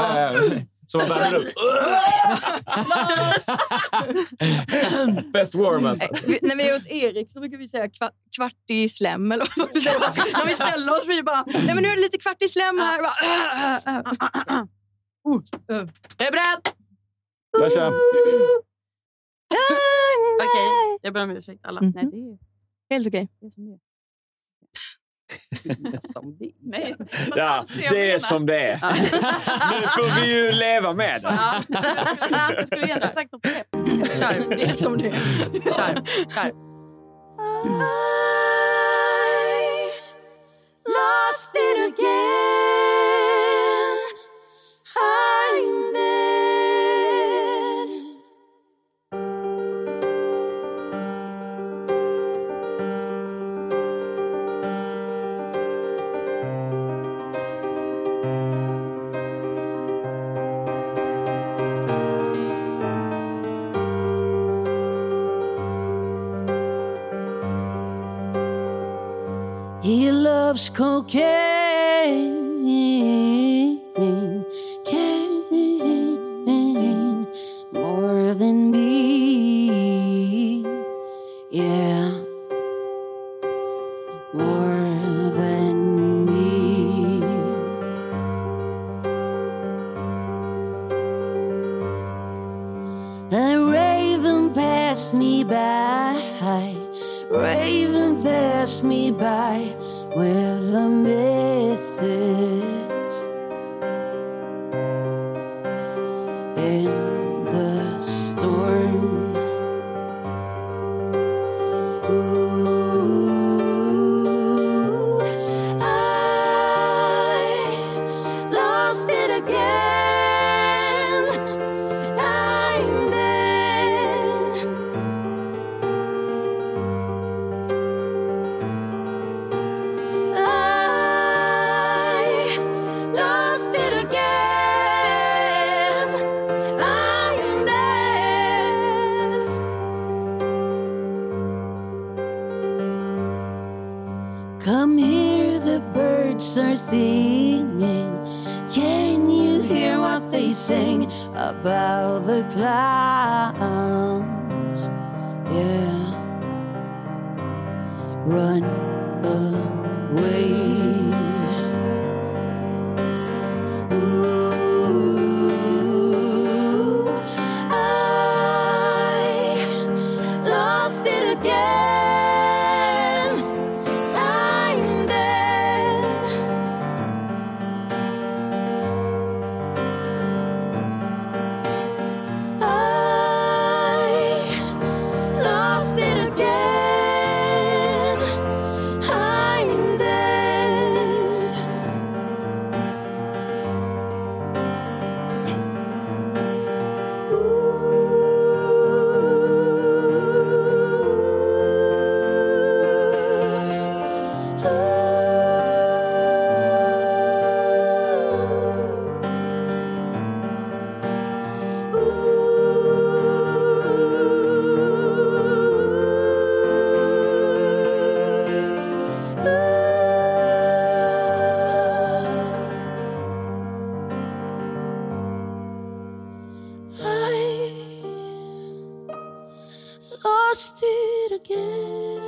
Som man värmer upp. Best warm-up.
Eh, Vi- När vi är hos Erik så brukar vi säga kva, kvart i slem. Eller vad det är. När vi ställer oss vi bara, nej men nu är det lite kvart i slem här. Bara, uh, uh, uh.
Jag är beredd!
Jag kör.
Okej, jag ber om ursäkt alla.
Mhm.
Nej, det är
Helt okej.
som det är. Nej.
Ja, det är som det är. Nu får vi ju leva med det.
Jag skulle gärna ha sagt något mer.
Kör. Det är som det Kör. Kör.
Lost it again. I'm dead. He loves cocaine, cocaine more than me. Yeah, more than me. A raven passed me by, raven passed me by with a message in the storm. Ooh, I lost it again. I'm dead. I lost it again. I'm dead. Come here, the birds are singing. Can you hear what they sing about the clowns? Yeah. run away. Ooh, I lost it again. I'm dead. I lost it again. I'm dead. I lost it again.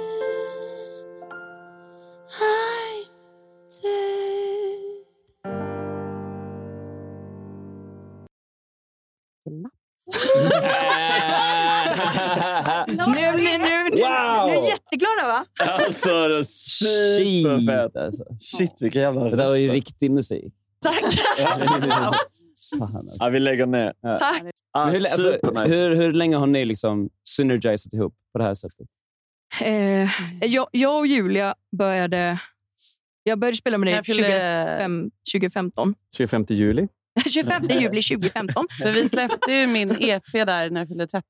I'm dead.
Nu, nu, nu, nu,
Wow!
nu är jag jätteglada va?
Alltså, det är superfett.
Alltså.
Shit, vilka jävla
Det där var ju riktig musik.
Tack!
Fan,
Ja, vi lägger ner.
Ja.
Tack!
Men hur, alltså,
supernice.
hur, hur länge har ni liksom synergisat ihop på det här sättet?
Eh, jag, jag och Julia började... Jag började spela med dig
Jag fyllde-
25, 2015.
25 juli.
25 juli 2015.
För vi släppte ju min EP där när jag fyllde 30.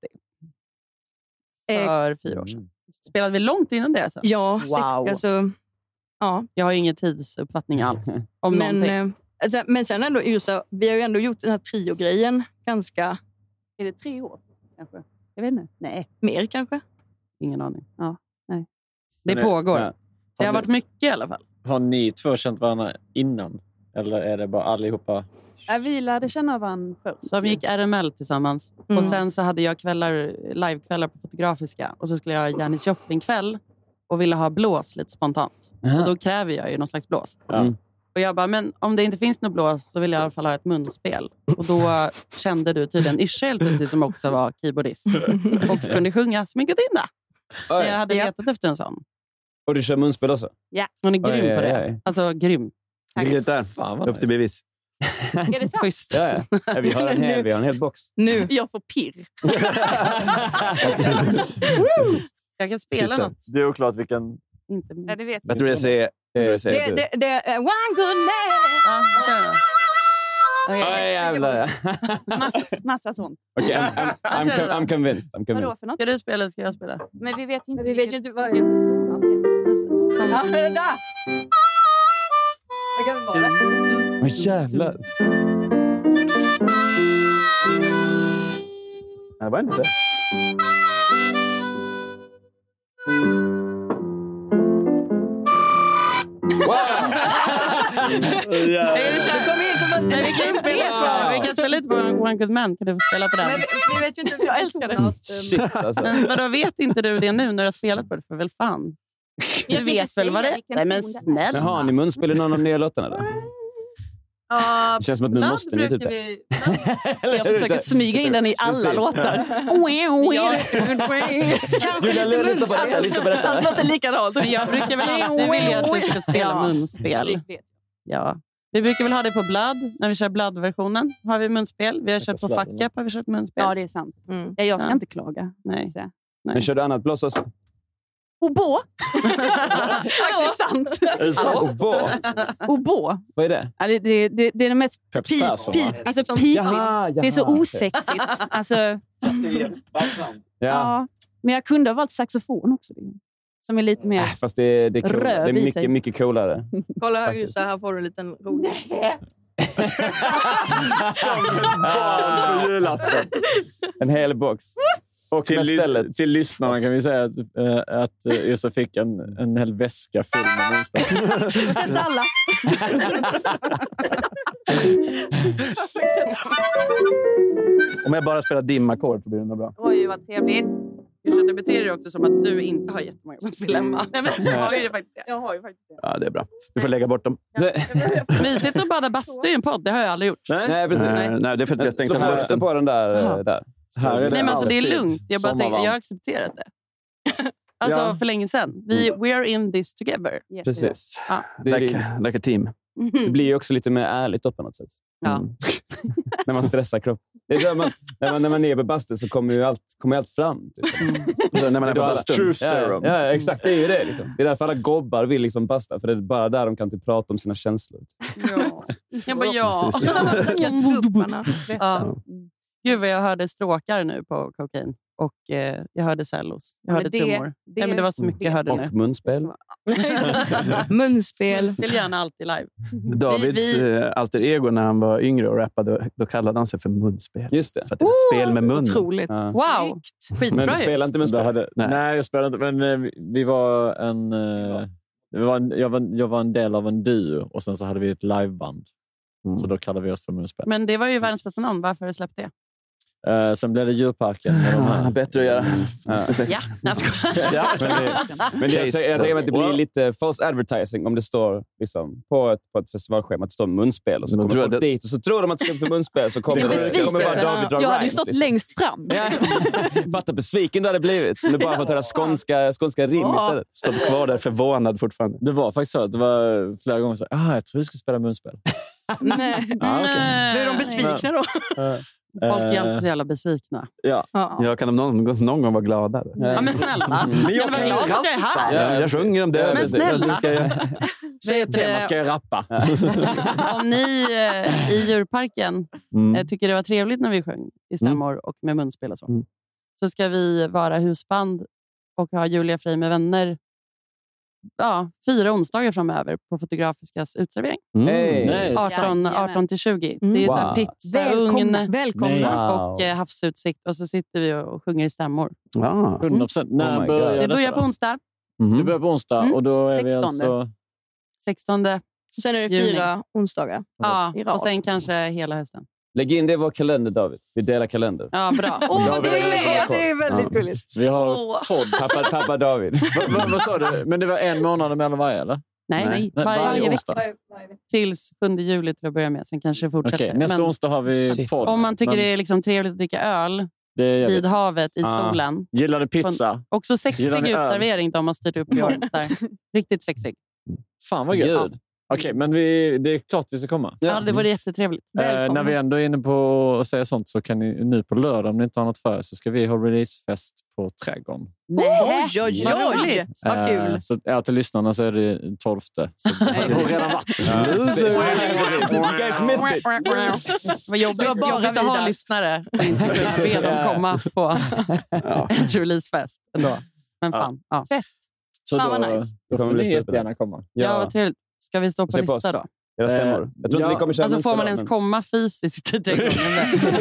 För fyra år sedan. Spelade vi långt innan det? Alltså?
Eh, Ja, så-
wow.
alltså, ja.
Jag har ju ingen tidsuppfattning alls om
men,
någonting.
eh, alltså, men sen ändå, Yrsa, vi har ju ändå gjort den här trio-grejen ganska...
Är det tre år? Kanske? Jag vet inte. Nej.
Mer kanske?
Ingen aning. Ja, nej.
Men
Det pågår.
ja.
Det har
Precis.
varit mycket i alla fall.
Har ni två känt varandra innan? Eller är det bara allihopa?
Ja, Vi lärde känna varandra först.
Så vi gick RML tillsammans.
Mm.
Och Sen så hade jag kvällar, livekvällar på Fotografiska. Och så skulle jag ha Janis Joplin-kväll och ville ha blås lite spontant.
Aha.
Och Då kräver jag ju någon slags blås.
Mm.
Och Jag bara, men om det inte finns något blås så vill jag i alla fall ha ett munspel. Och Då kände du tydligen Yrsa helt plötsligt som också var keyboardist och kunde sjunga som en gudinna.
Oj.
Jag hade letat efter en sån.
Och du kör munspel också?
Ja. Hon är
Oj,
grym på
oj,
det.
oj.
Alltså grym.
Vilket där.
vad
Upp till bevis.
Är det sant? Schysst.
Ja, ja. Ja, vi, har en hel, vi har en hel box.
Nu.
Jag får pirr. jag kan spela något.
Det är oklart vilken...
Inte
Nej, det vet
Jag tror det säger... Det
Det,
säger
det, det är one good night!
Oj,
jävlar ja.
Massa, massa sånt.
Okej, I'm, I'm, I'm, con- I'm convinced. I'm
Vadå
convinced.
för något?
Mm. Ska du spela eller ska jag spela?
Men vi vet inte.
Vi vet ju inte vad det
Ja,
det där! Jag kan vara
Men jävlar.
Det var inte så.
Du kom in som en... Nej, vi, kan ju spela, vi kan spela lite på One Good Man. Kan du spela på den?
Men vi, vi vet ju inte... Jag älskar den.
Shit alltså.
Men vadå, vet inte du det nu när du har spelat på det? För väl fan.
Jag
Du
kan inte
vet väl
säga
vad det är?
vilken
Nej, men
ton det är.
snälla.
Men har ni munspel i någon av de nya låtarna? Då?
Ja,
Det känns som att nu
ibland
måste ni typ
brukar
det.
vi-
Eller
Jag
hur?
försöker
Så-
smyga in den i alla
Precis.
låtar.
Kanske
Julia,
lite
lyssna på detta, lyssna på detta.
Allt låter likadant.
Men jag brukar väl alltid vilja att du ska spela munspel. Ja. Vi brukar väl ha det på Blood. När vi kör Blood-versionen har vi munspel. Vi har kört på
sladden.
Fuck Up har vi kört munspel.
Ja, det är sant.
Mm.
Ja, jag ska
Ja.
inte klaga.
Nej.
Så.
Men kör du annat blås också?
Obo! Faktiskt sant.
Obo?
Obo.
Vad är det?
Ja, det, det, det, det är det mest
Peps
pip,
Persson,
Ah,
va?
pip, alltså pipigt.
Jaha,
Det är så
Ah, jaha.
osexigt. Alltså, ja.
Ja.
Men jag kunde ha valt saxofon också. Som är lite mer...
Äh, Fast det är, det är, cool. det
Röv
är
i sig.
mycket, mycket coolare.
Kolla här, Yrsa. Här får du en liten rolig.
Barn
Ah.
på julafton.
En hel box. Och
Till,
med
lys-
stället.
till lyssnarna kan vi säga att, eh, att eh, Yrsa fick en, en hel väska full med munspel.
Testa alla.
Om jag bara spelar dimackord så blir det nog bra.
Oj, vad trevligt.
Erkänn, du beter dig också som att du inte har jättemånga godbilar hemma.
Nej,
men jag har ju faktiskt det.
Jag har ju faktiskt det.
Ja, det är bra. Du får lägga bort dem.
Mysigt att bada bastu i en podd, det har jag aldrig gjort.
Nej, precis.
Nej, Eh, nej, det är för att vi har stängt
Slå
av
på-
luften.
slå på den där.
Jaha.
eh, där.
Här
Nej, men alltså, det är lugnt. Jag, bara tänkte, jag har accepterat det. Alltså
Ja.
för länge sedan. Vi, we are in this together.
Precis.
Ja.
Like, like a team.
Det blir ju också lite mer ärligt då på något sätt.
Mm.
Mm.
Ja.
när man stressar kroppen. Det är där man, när, man, när man är på bastun så kommer ju allt, kommer allt fram. Typ,
när man är på
Då alla-
bastun. Truth serum.
Ja, ja, exakt. Det är ju det. Liksom. Det är därför alla gobbar vill liksom basta. För det är bara där de kan typ prata om sina känslor.
Jag bara, ja.
Precis.
Stackars gubbarna. ja. Gud vad jag hörde stråkar nu på kokain. Och eh, jag hörde cellos. Jag
Men
hörde
det-
trummor.
det-
Nej, men det var så mycket jag hörde nu.
Och Typ munspel.
Munspel.
Jag vill gärna alltid live.
Davids
Vi- vi-
eh, alter ego när han var yngre och rappade, då kallade han sig för munspel.
Just
Mm.
det.
För att det var spel med munnen.
Ja.
Wow!
Men
Skitbra
du
ju.
spelar inte med spel? Hade, nej. jag spelar inte. Men eh, vi- vi var en... eh, Vi var en jag, var, en- jag var en del av en duo och sen så hade vi ett liveband.
Mm.
Så då kallade vi oss för Munspel.
Men det var ju världens bästa namn. Varför har du släppt det?
Eh, sen blev det Djurparken. Med de här.
Ah, Bättre att göra.
Ja, jag skojar.
Ja, men det, men det, jag
Case.
tänker- jag tänker att det blir lite false advertising om det står liksom, på, ett, på ett festivalschema att det står munspel och så kommer folk dit och så tror de att det ska på munspel så kommer,
Det är
det kommer bara David dra
Jag hade ju
rhymes,
stått
liksom.
längst fram.
Fatta besviken det hade blivit om du bara fått höra skånska, skånska rim
Ja.
istället.
Stått kvar där förvånad fortfarande.
Det var faktiskt så. att Det var flera gånger så ah, jag tror vi skulle spela Munspel.
Nej.
Ja, okej.
Blir de besvikna då?
Folk är alltid så jävla besvikna.
Ja.
Ja.
Jag kan de någon, gång- någon gång vara glada.
Ja, men snälla.
Men jag
Men var glad
kan ju
att jag är här.
Ja, jag sjunger om det.
Men
Det-
snälla.
det ska jag-
Säg ett tema ska jag rappa.
Om ni eh, i djurparken
Mm.
eh, tycker det var trevligt när vi sjöng i stämmor och med munspel och så, så ska vi vara husband och ha Julia Frey med vänner ja, fyra onsdager framöver på Fotografiskas utservering.
Mm. Hey. Nice.
18,
Jajamän.
18 till 20. Det är
Wow.
så här
Välkomna,
pizzaugn
välkomna.
och eh, havsutsikt och så sitter vi och sjunger i stämmor.
Ja.
100 procent. När
Oh my
börjar
God.
Det
detta
börjar
då?
på onsdag
Det börjar på onsdag
Mm.
och då är vi
16.
alltså...
16
Sen är det
Juni.
fyra onsdagar.
ja,
I rad.
och sen kanske hela hösten.
Lägg in det i vår kalender, David. Vi delar kalender.
Ja, bra.
Åh, vad gulligt! Det är väldigt
gulligt.
Vi har
Åh.
podd.
Pappa, pappa David.
Vad- vad- vad sa du? Men det var en månad mellan varje, eller?
Nej,
Nej.
varje,
Varje
onsdag.
onsdag.
Tills 7 juli till att börja med. Sen kanske det fortsätter.
Okej, nästa
Men
onsdag har vi podd.
Om man tycker
men
det är liksom trevligt att dricka öl
det är
vid
jävligt.
havet i
Ah.
solen.
Gillar du pizza?
Också sexig
Gillar ni öl?
utservering de har styrt upp i år. Där. Riktigt sexig.
Fan vad gött.
Gud.
Okej, men vi, det är klart vi ska komma.
Ja, det vore jättetrevligt.
Eh, när vi ändå är inne på att säga sånt så kan ni nu på lördag, om ni inte har något för er, så ska vi ha releasefest på Trädgården.
Nej. Oj, oj,
Vad
oj!
roligt.
Vad
Eh,
kul.
Så, ja, till lyssnarna så är det 12. Så det har redan varit.
You guys missed it.
Vad jobbigt,
Så bara
jobbigt att ha
vidare.
lyssnare och inte kunna be dem komma på ens releasefest. Ändå. Men fan. Ja.
Fett.
Så
Fan, vad
då,
nice.
då
Det kommer
får
bli
ni
supernice.
jättegärna komma.
Ja. vad trevligt. Ska vi stå på
Se på
lista
oss.
då?
Era stämmor.
Eh,
Jag tror inte
ja.
vi kommer köra
Alltså får
munspel
man
då,
ens
men-
komma fysiskt till trädgården?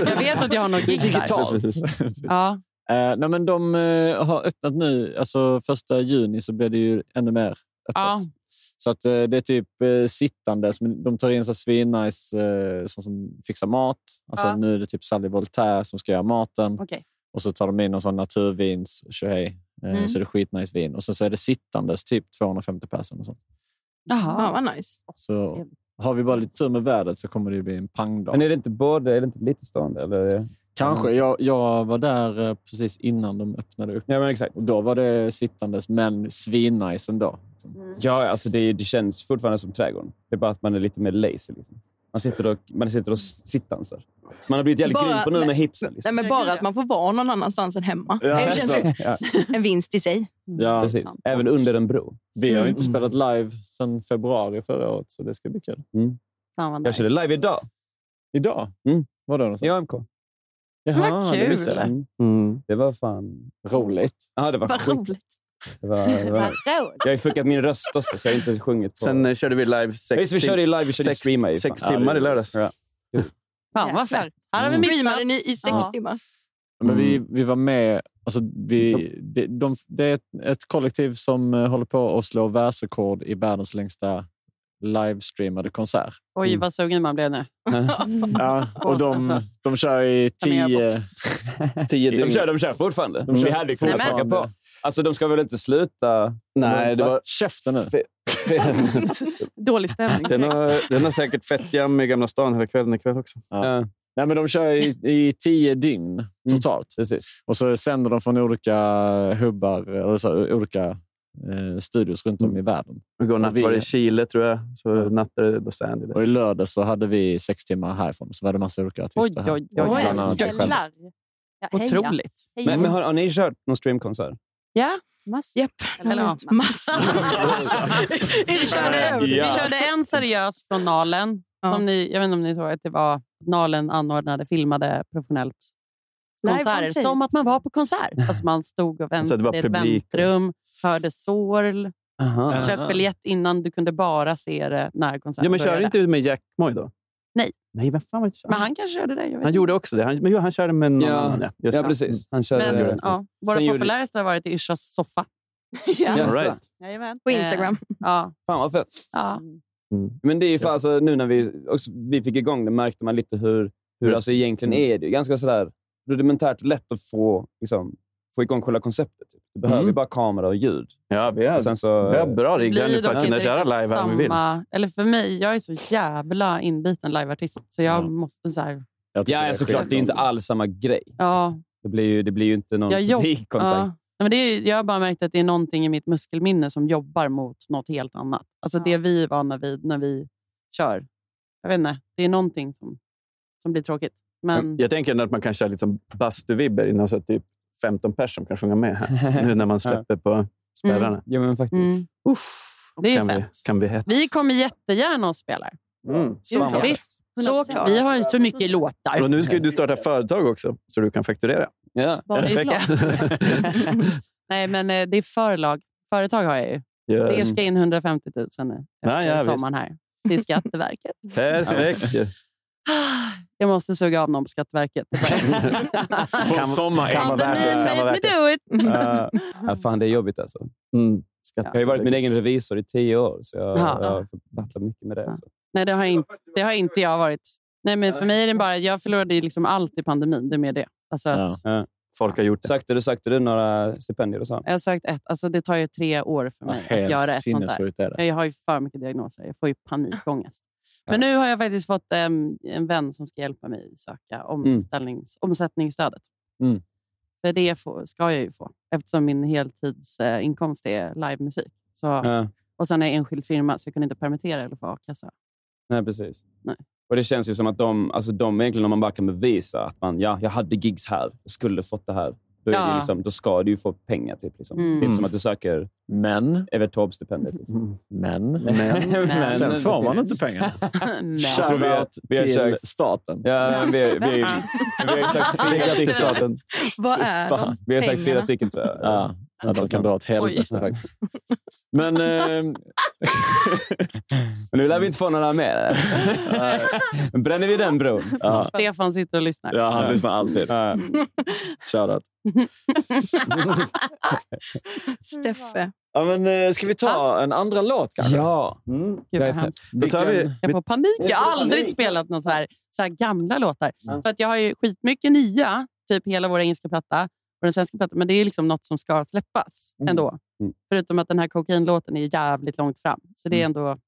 Jag vet att jag har något gig där. Ja.
Eh, nej, men de eh, har öppnat nu. Alltså första juni så blir det ju ännu mer öppet.
Ja.
Så att, eh, det är typ eh, sittandes. Men de tar in så här svinnice eh, som, som fixar mat. Alltså,
Ja.
Nu är det typ Sally Voltaire som ska göra maten.
Okej.
Och så tar de in någon sån naturvins tjohej. Eh,
Mm.
Så är det skitnice vin. Och sen så är det sittandes typ 250 personer. Och sånt.
Ja,
Jaha.
vad nice.
Så har vi bara lite tur med vädret så kommer det ju bli en pangdag.
Men är det Mm. inte både, är det inte lite stående? Eller?
Kanske. Jag, jag var där eh, precis innan de öppnade upp.
Ja, men exakt.
Och då var det sittandes, men svinnice ändå.
Ja, alltså det, är- det känns fortfarande som trädgården. Det är bara att man är lite mer lazy. Liksom. Man sitter och, man sitter och sittdansar. Så man har blivit jävligt
Bara-
grym på nu med hipsen.
Nej,
Liksom.
men bara att man får vara någon annanstans än hemma. det känns ju
ja,
en vinst i sig.
Ja,
precis.
liksom.
Även under en bro.
Vi har ju
Mm.
inte spelat live sedan februari förra året, så det ska bli kul.
Fan vad
Mm. Jag körde
nice.
live idag
Idag?
Mm.
Var då någonstans?
i AMK.
Vad
det
kul.
missade jag.
Mm.
Mm.
Det var fan...
Roligt.
Ja, det var
Vad
sjukt.
roligt.
Det var, det var... Jag har ju fuckat min röst också, så jag har inte sjungit på...
Sen eh, körde vi live
Ja,
sex,
just, vi körde ju live, vi körde
sex,
streama ju.
sex
fan. Ja,
timmar
det-
i lördags.
Ja.
Fan vad fett. Här har vi
Streamade
mixat.
ni i sex
Ja.
timmar?
Men vi, vi var med... Alltså vi, det, de, det är ett, ett kollektiv som eh, håller på att slå världsrekord i världens längsta livestreamade konsert.
Oj, vad sugen man blev nu.
ja, och de, de kör i tio... tio
De kör, de kör fortfarande.
De kör
Vi hade
fortfarande.
fortfarande. på. Alltså, de ska väl inte sluta?
Nej, det var-
Käften nu.
Dålig stämning.
Den har, den har säkert fettjam i Gamla stan hela kvällen ikväll också.
Ja. Nej, men de kör i, i tio dygn
Mm.
totalt. Och så sänder de från olika hubbar, eller så, här, olika eh, studios runt
Mm.
om i världen.
Igår natt
Och vi-
var det i Chile, tror jag. Så nattade det Los Angeles.
Och i lördag så hade vi sex timmar härifrån, så var det massa olika artister
Oj, oj,
här.
oj.
Bland annat jag själv.
Jävlar. Ja, heja.
Otroligt.
Heja.
Men, men har, har ni kört någon streamkonsert?
Ja.
Massor. Yep.
Eller ja, vi, körde, vi
Ja.
körde en seriös från Nalen. Som ni, jag vet inte om ni såg att det var Nalen anordnade, filmade professionellt
Live
konserter.
on tape.
Som att man var på konsert. Alltså man stod och
Alltså
väntade
att det var
i ett
publik.
väntrum, hörde sorl.
Aha.
Köpt biljett innan, du kunde bara se det när konserten
Ja, men körde
började.
inte du med Jack Moy då?
Nej.
Nej, vem fan var det?
Men han kanske körde det. Jag vet
Han
inte.
gjorde också det. Han, men jo, han körde med någon
Ja.
annan. just
Ja,
det.
precis. Han körde-
Men,
gjorde
ja,
det.
våra
Sen gjorde-
populäraste har varit i Yrsas soffa.
Ja,
Mm. All
så.
right.
Jajamän.
På Instagram.
Eh, ja.
Fan vad fett.
Ja.
Men det är ju för, alltså, nu när vi, också, vi fick igång det märkte man lite hur, hur alltså, egentligen är det. Ganska sådär rudimentärt och lätt att få, liksom, få igång själva konceptet. Du behöver
Mm.
ju bara kamera och ljud.
Ja, vi har,
Och sen så-
vi har bra
Det
riggar nu
blir
för
dock
att kunna
inte
köra
riktigt
live här om vi vill.
samma- Eller för mig, jag är så jävla inbiten liveartist. Så jag måste så här,
Ja, ja, såklart. Det är ju inte alls samma grej.
ja,
Det blir ju, det blir ju inte någon
jag jobb- ja.
publikkontakt.
Nej, men det är, ju- Jag har bara märkt att det är någonting i mitt muskelminne som jobbar mot något helt annat. Alltså det vi är vana vid när vi kör. Jag vet inte, det är någonting som, som blir tråkigt. Men
Jag tänker ändå att man kan köra liksom bastuvibber innan så att typ 15 personer som kan sjunga med här. Nu när man släpper på spärrarna.
Mm.
Ja, men faktiskt.
Mm. det är ju
kan, vi,
fett.
kan vi hett.
Vi kommer jättegärna och spelar.
Mm.
Såklart. Visst, såklart. Vi har ju så mycket låtar.
Och nu ska ju du starta företag också, så du kan fakturera.
Ja.
Vad Nej, men eh, det är förlag. Företag har jag ju.
Yes.
Det ska in 150 000 nu efter
Eh. Ja, ja,
sommaren här. Det är Skatteverket.
Perfekt ju.
Jag måste suga av någon på Skatteverket.
Kan- kan vara
Pandemin
värt det. Kan vara
made me
värt det.
do
Mm,
it.
Ja. ja, fan, det är jobbigt alltså.
Skatt-
Jag har ju varit min egen revisor i tio år, så jag,
Ja.
jag har fått battla mycket med det. alltså.
Nej, det har, inte, det har inte jag varit. Nej, men för mig är det bara... Jag förlorade ju liksom allt i pandemin. Det är mer det. Alltså att
Ja.
Folk har gjort det.
Sökte du, sökte du några stipendier och så?
jag har sökt ett. Alltså det tar ju tre år för mig
helt
att göra ett sånt
sinnessjukt
där.
är det.
Jag har ju för mycket diagnoser. Jag får ju panikångest. Men nu har jag faktiskt fått em, en vän som ska hjälpa mig söka omställnings, omsättningsstödet.
Mm.
För det får, ska jag ju få eftersom min heltidsinkomst är livemusik. Så,
Ja.
Och sen är jag enskild firma så jag kunde inte permittera eller få a-kassa.
Nej, precis.
Nej.
Och det känns ju som att de, alltså de egentligen, om man bara kan bevisa att man, ja, jag hade gigs här, jag skulle fått det här. Då, är
Ja.
det liksom, då ska du ju få pengar. Typ, liksom.
Mm.
Det är inte som
Mm.
att du söker
Men,
Evert Taube-stipendiet.
Mm.
Liksom.
men,
Men-
men,
Men-
Sen får man inte pengarna.
Men-
Jag tror vi har-
Shoutout
vi har
till
sökt-
staten.
Ja, vi, vi, vi, har ju sökt fyra
Ligga till
stycken.
staten.
Vad är
Fan.
de
Vi har sagt
pengarna?
fyra stycken, tror jag.
Ja, ja, de kan dra åt helvete faktiskt. Men eh,
Men nu lär vi inte få några mer. Men Bränner vi den bron?
ja,
Stefan sitter och lyssnar.
ja, han lyssnar alltid.
Ja.
Shoutout.
Steffe.
Ja, men, eh, ska vi ta en andra låt kanske?
Ja.
Gud, vad hemskt.
Då tar vi...
Jag får panik. Jag har
får
aldrig
panik.
spelat någon så här, så här gamla låtar. För att jag har ju skitmycket nya, typ hela vår engelska platta och den svenska plattan. Men det är liksom något som ska släppas ändå.
Mm.
Förutom att den här kokainlåten är ju jävligt långt fram. Så det är
Mm.
ändå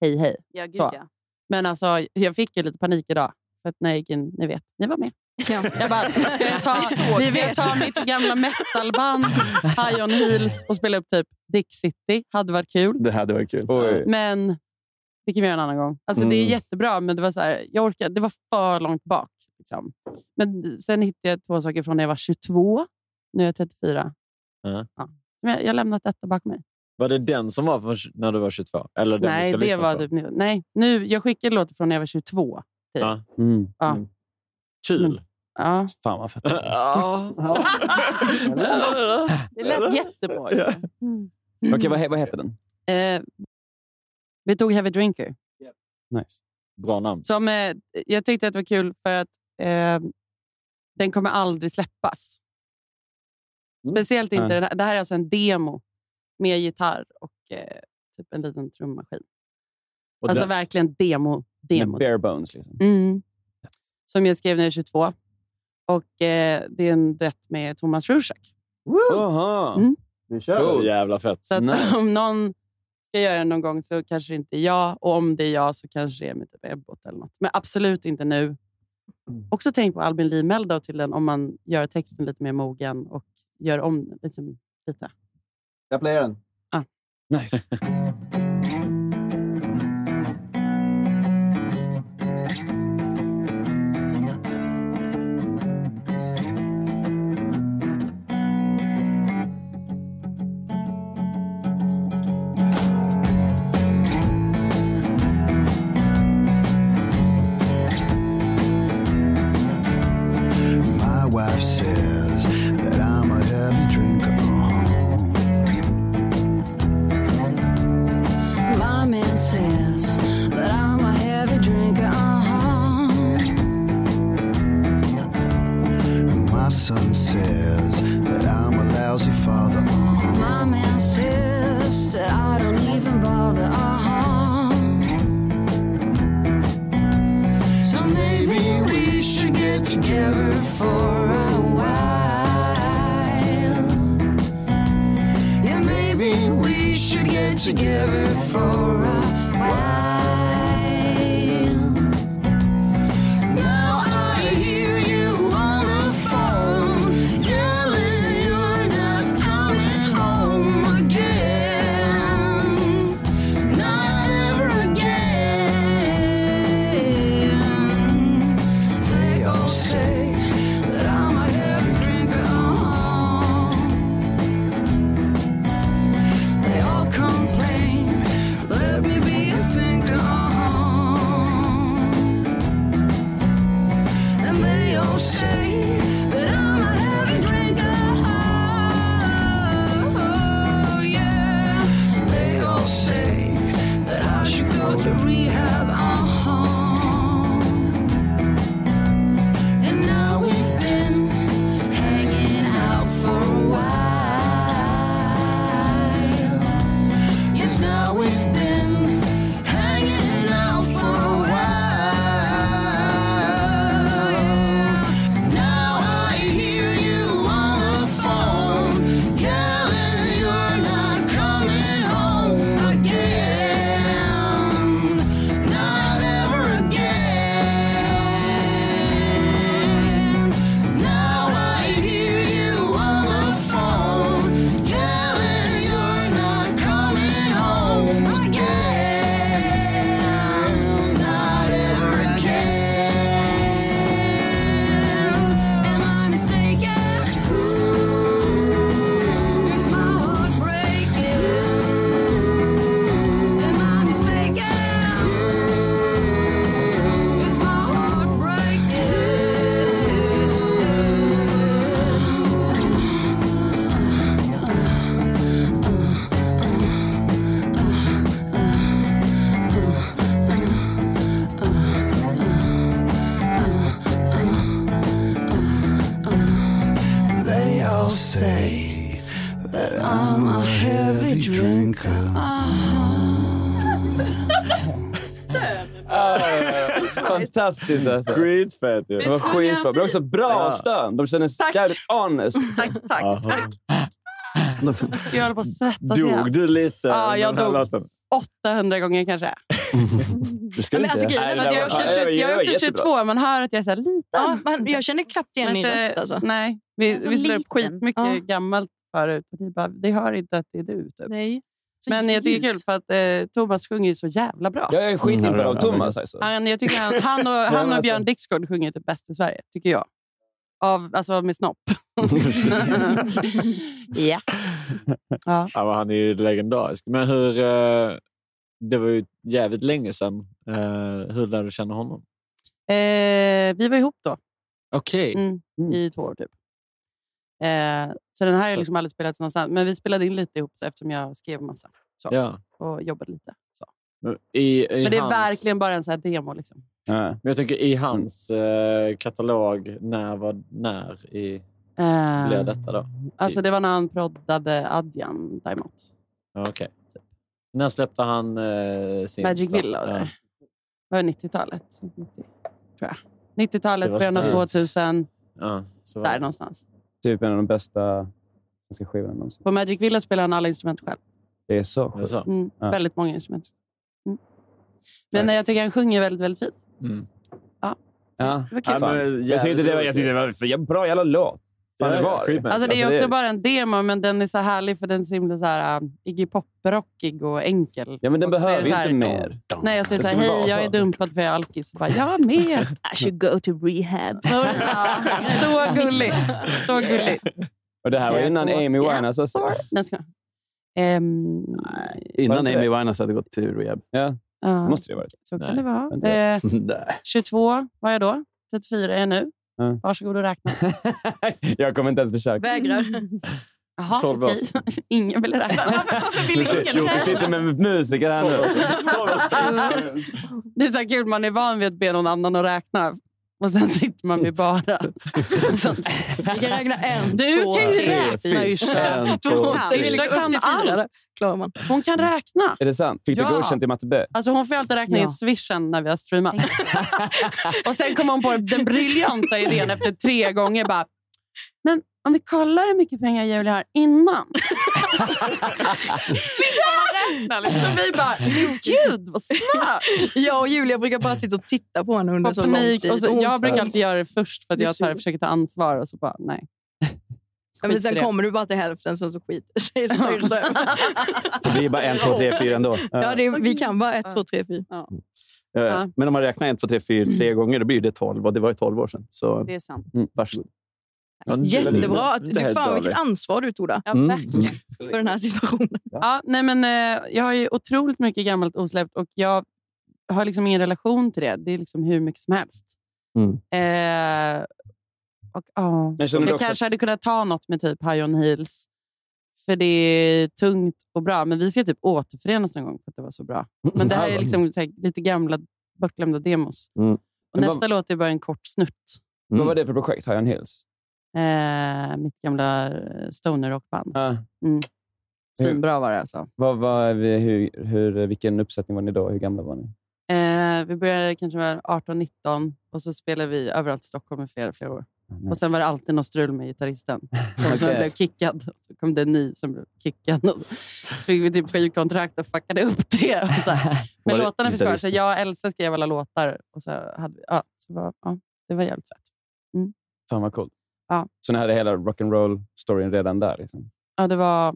hej hej.
Ja, gud,
Så.
ja.
Men alltså, jag fick ju lite panik idag. För att när jag gick in, ni vet, ni var med.
Ja.
Jag bara, ska jag ta, ni vet, ta mitt gamla metalband, High On Heels och spela upp typ Dick City. Hade varit kul.
Det hade varit kul.
Oj.
Men det kan vi göra en annan gång. Alltså, Det är
Mm.
jättebra, men det var, så här, jag orkade, det var för långt bak. Liksom. Men sen hittade jag två saker från när jag var 22. Nu är jag 34.
Ja.
Ja. Men jag, jag har lämnat detta bakom mig.
Var det den som var för, när du var 22? Eller den vi
Nej,
ska
det
lyssna
var
på?
typ, nej nu, jag skickade låtar från när jag var 22.
Ja.
Mm.
Ja.
Mm. Kul.
Ja.
Fan vad fett.
Ja.
Det lät jättebra.
Ja.
Okej, vad, he- vad heter den?
Eh, vi tog Heavy Drinker.
Nice.
Bra namn.
Som, eh, jag tyckte att det var kul för att eh, den kommer aldrig släppas.
Mm.
Speciellt inte
Ja.
den här. Det här är alltså en demo med gitarr och eh, typ en liten trummaskin.
Och
alltså
dess.
verkligen demo. demo.
Med bare bones. Liksom.
Mm. Som jag skrev när jag var 22. Och eh, det är en duett med Thomas Rorschach.
Aha.
Mm.
Vi
kör.
Så jävla fett.
Så att om någon ska göra det någon gång så kanske det inte är jag. Och om det är jag så kanske det är med typ Ebbot eller något. Men absolut inte nu. Också tänk på Albin Limell då till den om man gör texten lite mer mogen och gör om den, liksom, lite.
Jag playar den.
Ah.
Nice.
My wife says that I'm a heavy drinker. Uh-huh.
My man says that I'm a heavy drinker. Uh-huh.
My son says that I'm a lousy father. uh-huh.
My man says that I don't even bother. Uh-huh. So maybe we should get together for a while. Yeah, maybe we should get together for a while. Now I hear you on the phone yelling you're not coming home again. Not ever again. They all say that I'm a heavy drinker. uh-huh. They all complain. Let me be a thinker. uh-huh. And they all say that I'm a heavy drinker. Oh, yeah. They all say that I should go to rehab. Uh-huh. And now we've been hanging out for a while. Yes, now we've been hanging out for a while. Now I hear you on the phone yelling you're not coming home again. Not ever again. Now I hear you on the phone yelling you're not coming home again. Not ever again. Am I mistaken? Ooh, is my heart breaking? Ooh, am I mistaken? Ooh, is my heart breaking?
They all say that I'm a heavy drinker.
Fantastiskt alltså.
Skitfett
ju. Det var skitbra. Men också bra stön. De känner sig jävligt honest.
Tack, tack, tack. Jag håller på att svettas
Dog du lite?
Ja,
med
jag
den här
dog.
låten?
800 gånger kanske.
Du ska
Men
inte.
alltså, grejen är att jag är också, 20, jag är också 22. Man hör att jag är så här liten. jag känner knappt
igen min röst, alltså.
Nej, vi,
Jag är så
vi slår upp
liten.
skitmycket
Ja.
gammalt förut. Och det, bara, det hör inte att det är du. Typ.
Nej. Så
Men jag tycker det är
ljus.
kul för att eh, Thomas sjunger ju så jävla bra.
Jag är skitimponerad av Thomas. Alltså.
Han, jag tycker han, han och,
Ja,
han
men
och
alltså.
Björn Dixgård sjunger typ bäst i Sverige, tycker jag. Av, alltså med snopp. ja. Ja.
men han är ju legendarisk. Men hur... eh, Det var ju jävligt länge sedan. Eh, Hur lärde du känna honom?
Eh, vi var ihop då.
Okej.
Mm, I två år typ. Eh, så den här har jag liksom aldrig spelat någonstans. Men vi spelade in lite ihop så, eftersom jag skrev massa. Så,
Ja.
Och jobbade lite. Så.
Men I, i
Men det är
hans...
verkligen bara en så här demo. Liksom.
Men jag tänker i hans eh, katalog, när, var, när i,
Eh,
Typ.
blev detta då?
Alltså det var när han proddade Adjan Daimot.
Ja, Okej. När släppte han eh, sin
Magic
platta?
Villa,
Ja.
eller? Det var 90-talet. 90, tror jag. 90-talet,
Det var
början av
sent.
2000.
Ja, så
Där någonstans.
Typ en av de bästa svenska skivorna någonsin.
På Magic Villa spelar han alla instrument själv.
Det är så sjukt.
Mm,
Ja.
Väldigt många instrument. Mm. Men eh, jag tycker han sjunger väldigt, väldigt fint. Ja.
Ja.
Det var kul.
men,
Fan.
jag tyckte det var, jag tyckte det var för jävla bra jävla låt. Fan, det var.
Alltså det är också bara en demo, men den är så härlig för den är så himla så här, uh, Iggy Pop-rockig och enkel.
Ja, men den
Och så är
behöver
det så här-
inte mer.
Nej, jag säger
Det
så här,
ska väl
hej,
vara
jag
så."
är dumpad för jag är alkis. Bara, jag med! I should go to rehab. så gullig. Så gullig.
Och det här var innan
Careful.
Amy Winehouse. Alltså.
Nej, ska jag. Um,
Innan
Var det inte
Amy Winehouse hade gått till rehab.
Ja.
Ja.
måste det ha varit.
Så kan det vara.
vänta.
Eh,
Mm.
Nej.
22 var jag då. 34 är jag nu.
Ja.
Varsågod och räkna.
Jag kommer inte ens försöka.
Vägrar.
Jaha,
Tolv
okej. Ingen vill räkna.
Vi sitter, vi sitter med musiker här nu.
Det är så här kul, man är van vid att be någon annan att räkna. Och sen sitter man med bara.
Vi kan räkna en,
Du
två,
kan ju
tre,
räkna
fyra.
Yrsa.
En, två,
Hon-
tre.
Yrsa kan
Upp till fyra,
allt. Klarar man. Hon kan räkna.
Är det sant? Fick du
Ja.
godkänt i matte B?
Alltså hon får ju alltid räkna in
Ja.
swishen när vi har streamat. och sen kom hon på den briljanta idén efter tre gånger. Bara, Men om vi kollar hur mycket pengar Julia har innan. Slipper man räkna liksom. Vi bara, men gud vad smart.
Jag och Julia brukar bara sitta och titta på henne under
Får
så lång
panik.
tid.
Och så,
Ont.
jag brukar alltid göra det först för att
Det är
jag tar,
sur.
försöker ta ansvar och så bara nej.
Ja,
Skit
men
i
sen
det.
kommer du bara till hälften, sen så skiter det sig. Så tar Yrsa över.
Det blir bara en, två, tre, fyra ändå.
Ja, det, är- vi kan bara ett, två, tre, fyra.
Eh,
Ja.
Men om man räknar en, två, tre, fyra tre gånger, då blir det tolv. Och det var ju tolv år sedan. Så
Det är sant.
Mm.
varsågod.
Jättebra. Att,
Inte
du,
helt
fan vilket
dåligt.
ansvar du tog där.
Ja,
Mm.
verkligen.
För den här situationen.
Ja, nej men, eh, jag har ju otroligt mycket gammalt osläppt och jag har liksom ingen relation till det. Det är liksom hur mycket som helst.
Mm.
Eh, och, ja.
Men känner
jag
du
kanske
också att-
hade kunnat ta något med typ High On Heels. För det är tungt och bra. Men vi ska typ återförenas någon gång för att det var så bra. Men det här är liksom så här, lite gamla bortglömda demos.
Mm.
Och
Men vad-
nästa låt är bara en kort snutt.
Vad var det för projekt? High on Hills?
Eh, mitt gamla eh, stoner-rockband.
Ja.
Mm. Svinbra var det alltså.
Vad, vad, är vi- hur, hur, vilken uppsättning var ni då? Hur gamla var ni?
Eh, vi började kanske vara 18-19 och så spelade vi överallt i Stockholm i flera, flera år. Och sen var det alltid något strul med gitarristen. Som, som
Mm, Okej.
blev kickad. Så kom det en ny som blev kickad. Och fick vi typ skivkontrakt och fuckade upp det. Och så här. Men
Alltså. Var det
låtarna fick vara. Så
gitarristen?
jag och Elsa skrev alla låtar. Och så hade vi, ja, så var, ja, det var jävligt fett.
Fan vad coolt.
Ja.
Så ni hade hela rock'n'roll-storyn redan där? Liksom.
Ja, det var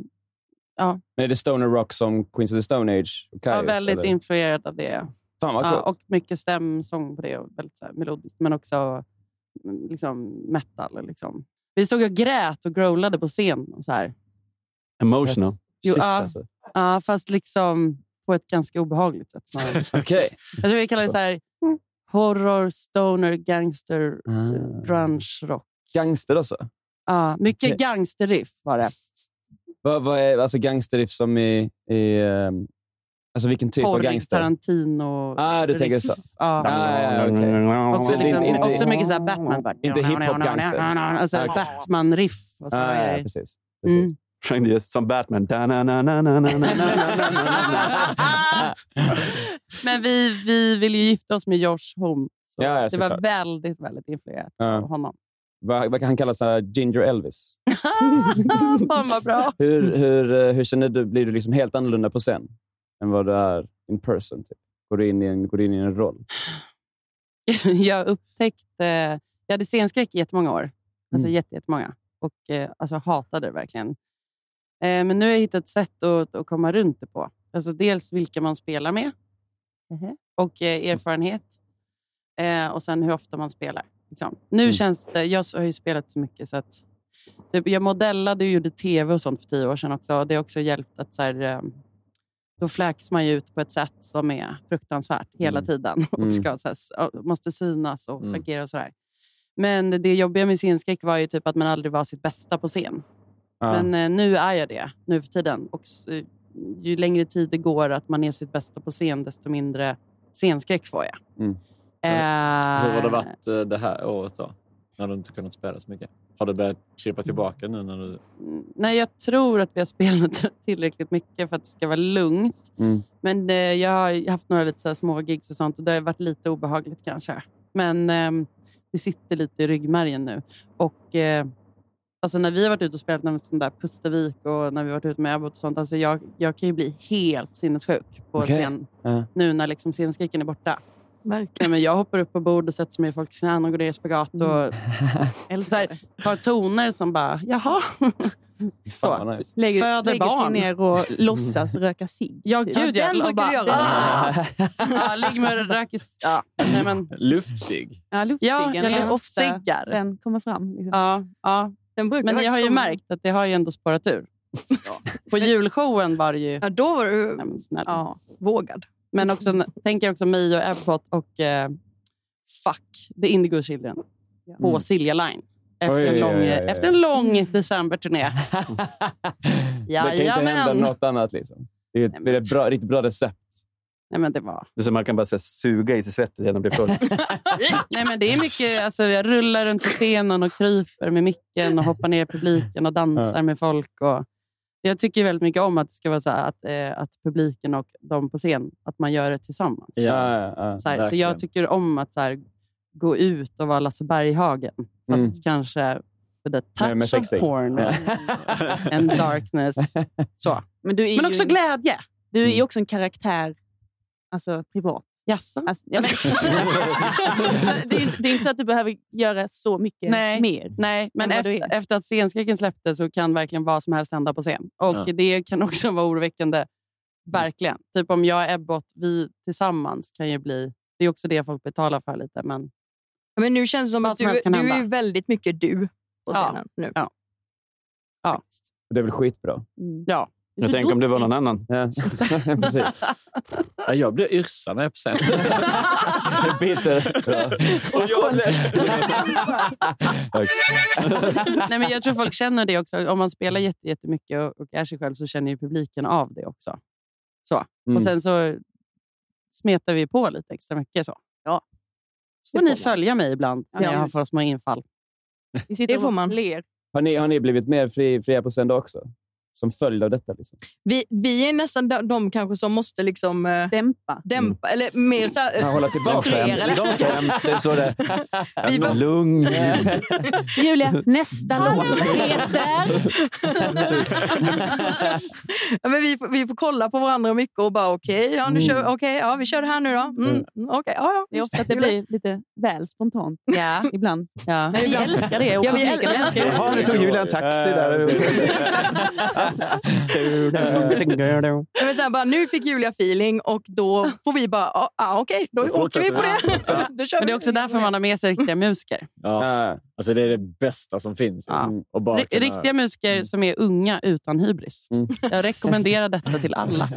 ja,
Men är det stoner rock som Queens of the Stone Age? Och
jag var
Kaios,
väldigt
eller?
influerad av det.
Fan vad
Ja,
coolt.
och mycket stämsång på det. Och väldigt så här, melodiskt, men också mm, liksom, metal. Liksom. Vi stod och grät och growlade på scen. Och så här.
Emotional.
Jo,
Shit,
ja.
alltså.
Ja, fast liksom på ett ganska obehagligt sätt snarare.
Okej.
Jag tror vi kallar det så här, horror, stoner, gangster,
Ah.
grunge rock.
Gangster också?
Ja, mycket
Okej.
gangsterriff var det.
Vad, vad är alltså gangsterriff som i... i ehm, alltså vilken typ av
Porrig,
gangster?
Tarantino.
Ah, du tänker så.
riff. Ja.
Ah, ja, ja, okej.
Också,
Det är
liksom,
inte- inte-
också mycket så här Batman. Bara,
Inte hiphop-gangster. Ah,
Alltså
Okej.
Batman-riff. och så
Ah,
här.
ja, precis.
Mm.
Sjöng det just som Batman.
Men vi, vi ville ju gifta oss med Josh Home. Så
Ja, ja,
det var
såklart.
väldigt, väldigt influerat
Ja.
av honom.
Vad, vad han kallas här Ginger Elvis.
Fan vad bra!
Hur, hur, eh, hur känner du? Blir du liksom helt annorlunda på scen än vad du är in person? Typ? Går, du in i en, går du in i en roll?
jag upptäckte... Jag hade scenskräck i jättemånga år. Alltså
Mm.
jätte, jättemånga. Och eh, alltså, hatade det verkligen. Eh, men nu har jag hittat ett sätt att, att komma runt det på. Alltså dels vilka man spelar med och eh, erfarenhet. Eh, och sen hur ofta man spelar. Liksom. Nu
Mm.
känns det... Jag har ju spelat så mycket så att... Typ, jag modellade och gjorde tv och sånt för tio år sedan också. Det har också hjälpt att så här, eh, då fläks man ju ut på ett sätt som är fruktansvärt hela
Mm.
tiden. Och
Mm.
ska, så här, s- och måste synas och
Mm.
agera och sådär. Men det jobbiga med scenskräck var ju typ att man aldrig var sitt bästa på scen.
Ja.
Men eh, nu är jag det, nu för tiden. Och s- eh, ju längre tid det går att man är sitt bästa på scen, desto mindre scenskräck får jag.
Mm.
Eh,
eh, Hur har det varit eh, det här året då? När du inte kunnat spela så mycket? Har det börjat
Mm.
krypa tillbaka nu? När du...
Nej, jag tror att vi har spelat tillräckligt mycket för att det ska vara lugnt.
Mm.
Men eh, jag har haft några lite så här små gigs och sånt och det har varit lite obehagligt kanske. Men ehm, det sitter lite i ryggmärgen nu. Och eh, alltså när vi har varit ute och spelat när vi- som där Pustervik och när vi har varit ute med Abbot och sånt. Alltså jag, jag kan ju bli helt sinnessjuk på
Okej.
scen
Ja.
nu när liksom scenskriken är borta.
Verkligen.
men jag hoppar upp på bord och sätter mig i folks knän och går ner i spagat och eller så här, tar toner som bara, jaha.
Fan, vad nice.
Lägger,
Föder
lägger
barn.
sig ner och låtsas
röka cigg.
Ja,
typ.
gud
Ja,
ja.
den
Och
brukar du
bara,
göra.
"Ah!" ja, ligg med och röker. Ja, nej, men,
Luftsig.
Ja,
ja
luftciggen
jag
är ofta
luftsiggar.
den kommer fram. Liksom.
Ja, ja.
Den brukar
men jag
faktiskt
har ju
komma.
märkt att det har ju ändå spårat ur. På julshowen var det ju...
Ja, då var du
nej, men snälla.
vågad.
Men också, tänker också mig och Epcot och eh, fuck, The Indigo Children på
Mm.
Silja Line. Efter,
Oj,
en lång,
oj, oj, oj.
efter en lång decemberturné.
det kan inte hända
Jajamän.
något annat. Liksom. Det är ett, det är ett bra, riktigt bra recept.
Nej, men det var...
Det är som man kan bara så här, suga i sig svettet innan man blir full.
Nej, men det är mycket, alltså, jag rullar runt på scenen och kryper med micken och hoppar ner i publiken och dansar
Ja.
med folk. Och, jag tycker ju väldigt mycket om att det ska vara så här, att, eh, att publiken och de på scen, att man gör det tillsammans.
Ja, ja,
Så, här, så jag tycker om att så här, gå ut och vara Lasse Berghagen. Fast
Mm.
kanske with a
Nej, men
touch of
sexig.
porn
Ja.
and darkness. Så.
Men, du är
Men
ju
också
en-
glädje.
Du
Mm.
är ju också en karaktär alltså, privat.
Jaså?
Alltså, ja, men, det, är, det är inte så att du behöver göra så mycket
Nej,
mer.
nej men
än vad du
efter, efter att scenskräcken släpptes så kan verkligen vad som helst hända på scen. Och
Ja.
Det kan också vara oroväckande. Verkligen. Typ om jag och Ebbot, vi tillsammans kan ju bli... Det är också det folk betalar för lite. Men
Men nu känns det som
Vad
att
som
du,
helst
du
kan
är
hända.
ju väldigt mycket du på
Ja.
scenen nu.
Ja. ja.
Det är väl skitbra.
Mm.
ja.
Jag tänker om det var någon annan.
Ja, precis.
Ja, jag blir yrsa när jag är på scen.
Bitter.
Och jag
Nej, men jag tror folk känner det också. Om man spelar jätte- jättemycket och, och är sig själv så känner ju publiken av det också. Så.
Mm.
Och sen så smetar vi på lite extra mycket. Så ja. får
Det
ni
får man.
följa mig ibland när
Ja.
jag har för små infall.
Vi sitter
Det får
och
man.
ler.
Har ni, har ni blivit mer fri, fria på scen då också? Som följd av detta? Liksom.
Vi, vi är nästan de, de kanske som måste liksom, eh,
dämpa.
dämpa. Eller mer så här,
Ja, hålla tillbaka.
strukturera.
De skäms, de skäms. Det är så det- Vi var- Lugn.
Julia, nästa låt heter...
ja, men vi, får- vi får kolla på varandra mycket och bara okej, ja, nu kör, vi- okej, ja, vi kör det här nu då. Mm, mm, okej, ja, ja,
Det är
visst.
ofta att det blir lite väl spontant
Ja.
ibland.
Ja.
Men vi älskar det. Och
Ja, vi
publiken
älskar
älskar
det.
det.
Jaha, nu tog Julia en taxi där.
Ja, Men sen bara, nu fick Julia feeling och då får vi bara, ja, ah, okej, då,
Då
åker vi på
fortsätter
det. då kör
Men det
vi.
är också därför man har med sig riktiga musiker.
Ja. Alltså, det är det bästa som finns. Mm. Och bara
Ri-
kunna-
Riktiga musiker som är unga utan hybris. Jag rekommenderar detta till alla.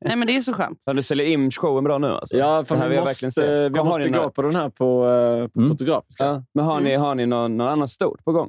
Nej, men Det är så skönt.
Fan, Du säljer in showen bra nu. Alltså.
Ja,
Det
för
här
vi
vill jag se.
måste, vi
Har ni
måste
några- Mm.
gå på den här på, eh, på fotografiska. Mm.
Ja, men har ni, har ni någon, någon annan stort på gång?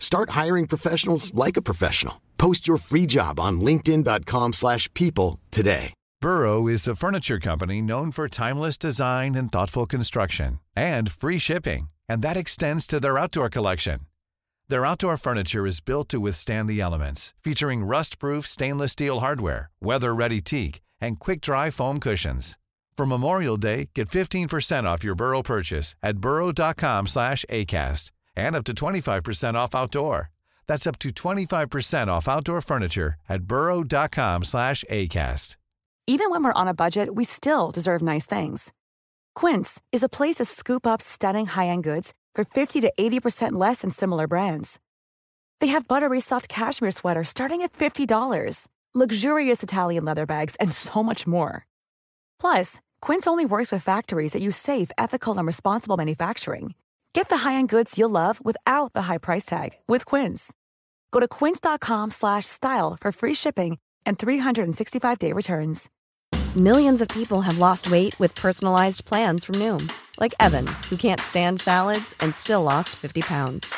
Start hiring professionals like a professional. Post your free job on linkedin.com/people slash people today.
Burrow is a furniture company known for timeless design and thoughtful construction and free shipping, and that extends to their outdoor collection. Their outdoor furniture is built to withstand the elements, featuring rust-proof stainless steel hardware, weather-ready teak, and quick-dry foam cushions. For Memorial Day, get 15% off your Burrow purchase at burrow.com slash acast and up to 25% off outdoor. That's up to 25% off outdoor furniture at burrow.com slash acast.
Even when we're on a budget, we still deserve nice things. Quince is a place to scoop up stunning high-end goods for 50 to 80% less than similar brands. They have buttery soft cashmere sweaters starting at $50, luxurious Italian leather bags, and so much more. Plus, Quince only works with factories that use safe, ethical, and responsible manufacturing.
Get the high-end goods you'll love without the high price tag with Quince. Go to quince.com slash style for free shipping and 365-day returns.
Millions of people have lost weight with personalized plans from Noom, like Evan, who can't stand salads and still lost 50 pounds.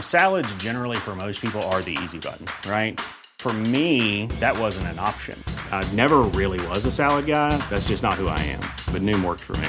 Salads, generally, for most people, are the easy button, right? For me, that wasn't an option. I never really was a salad guy. That's just not who I am. But Noom worked for me.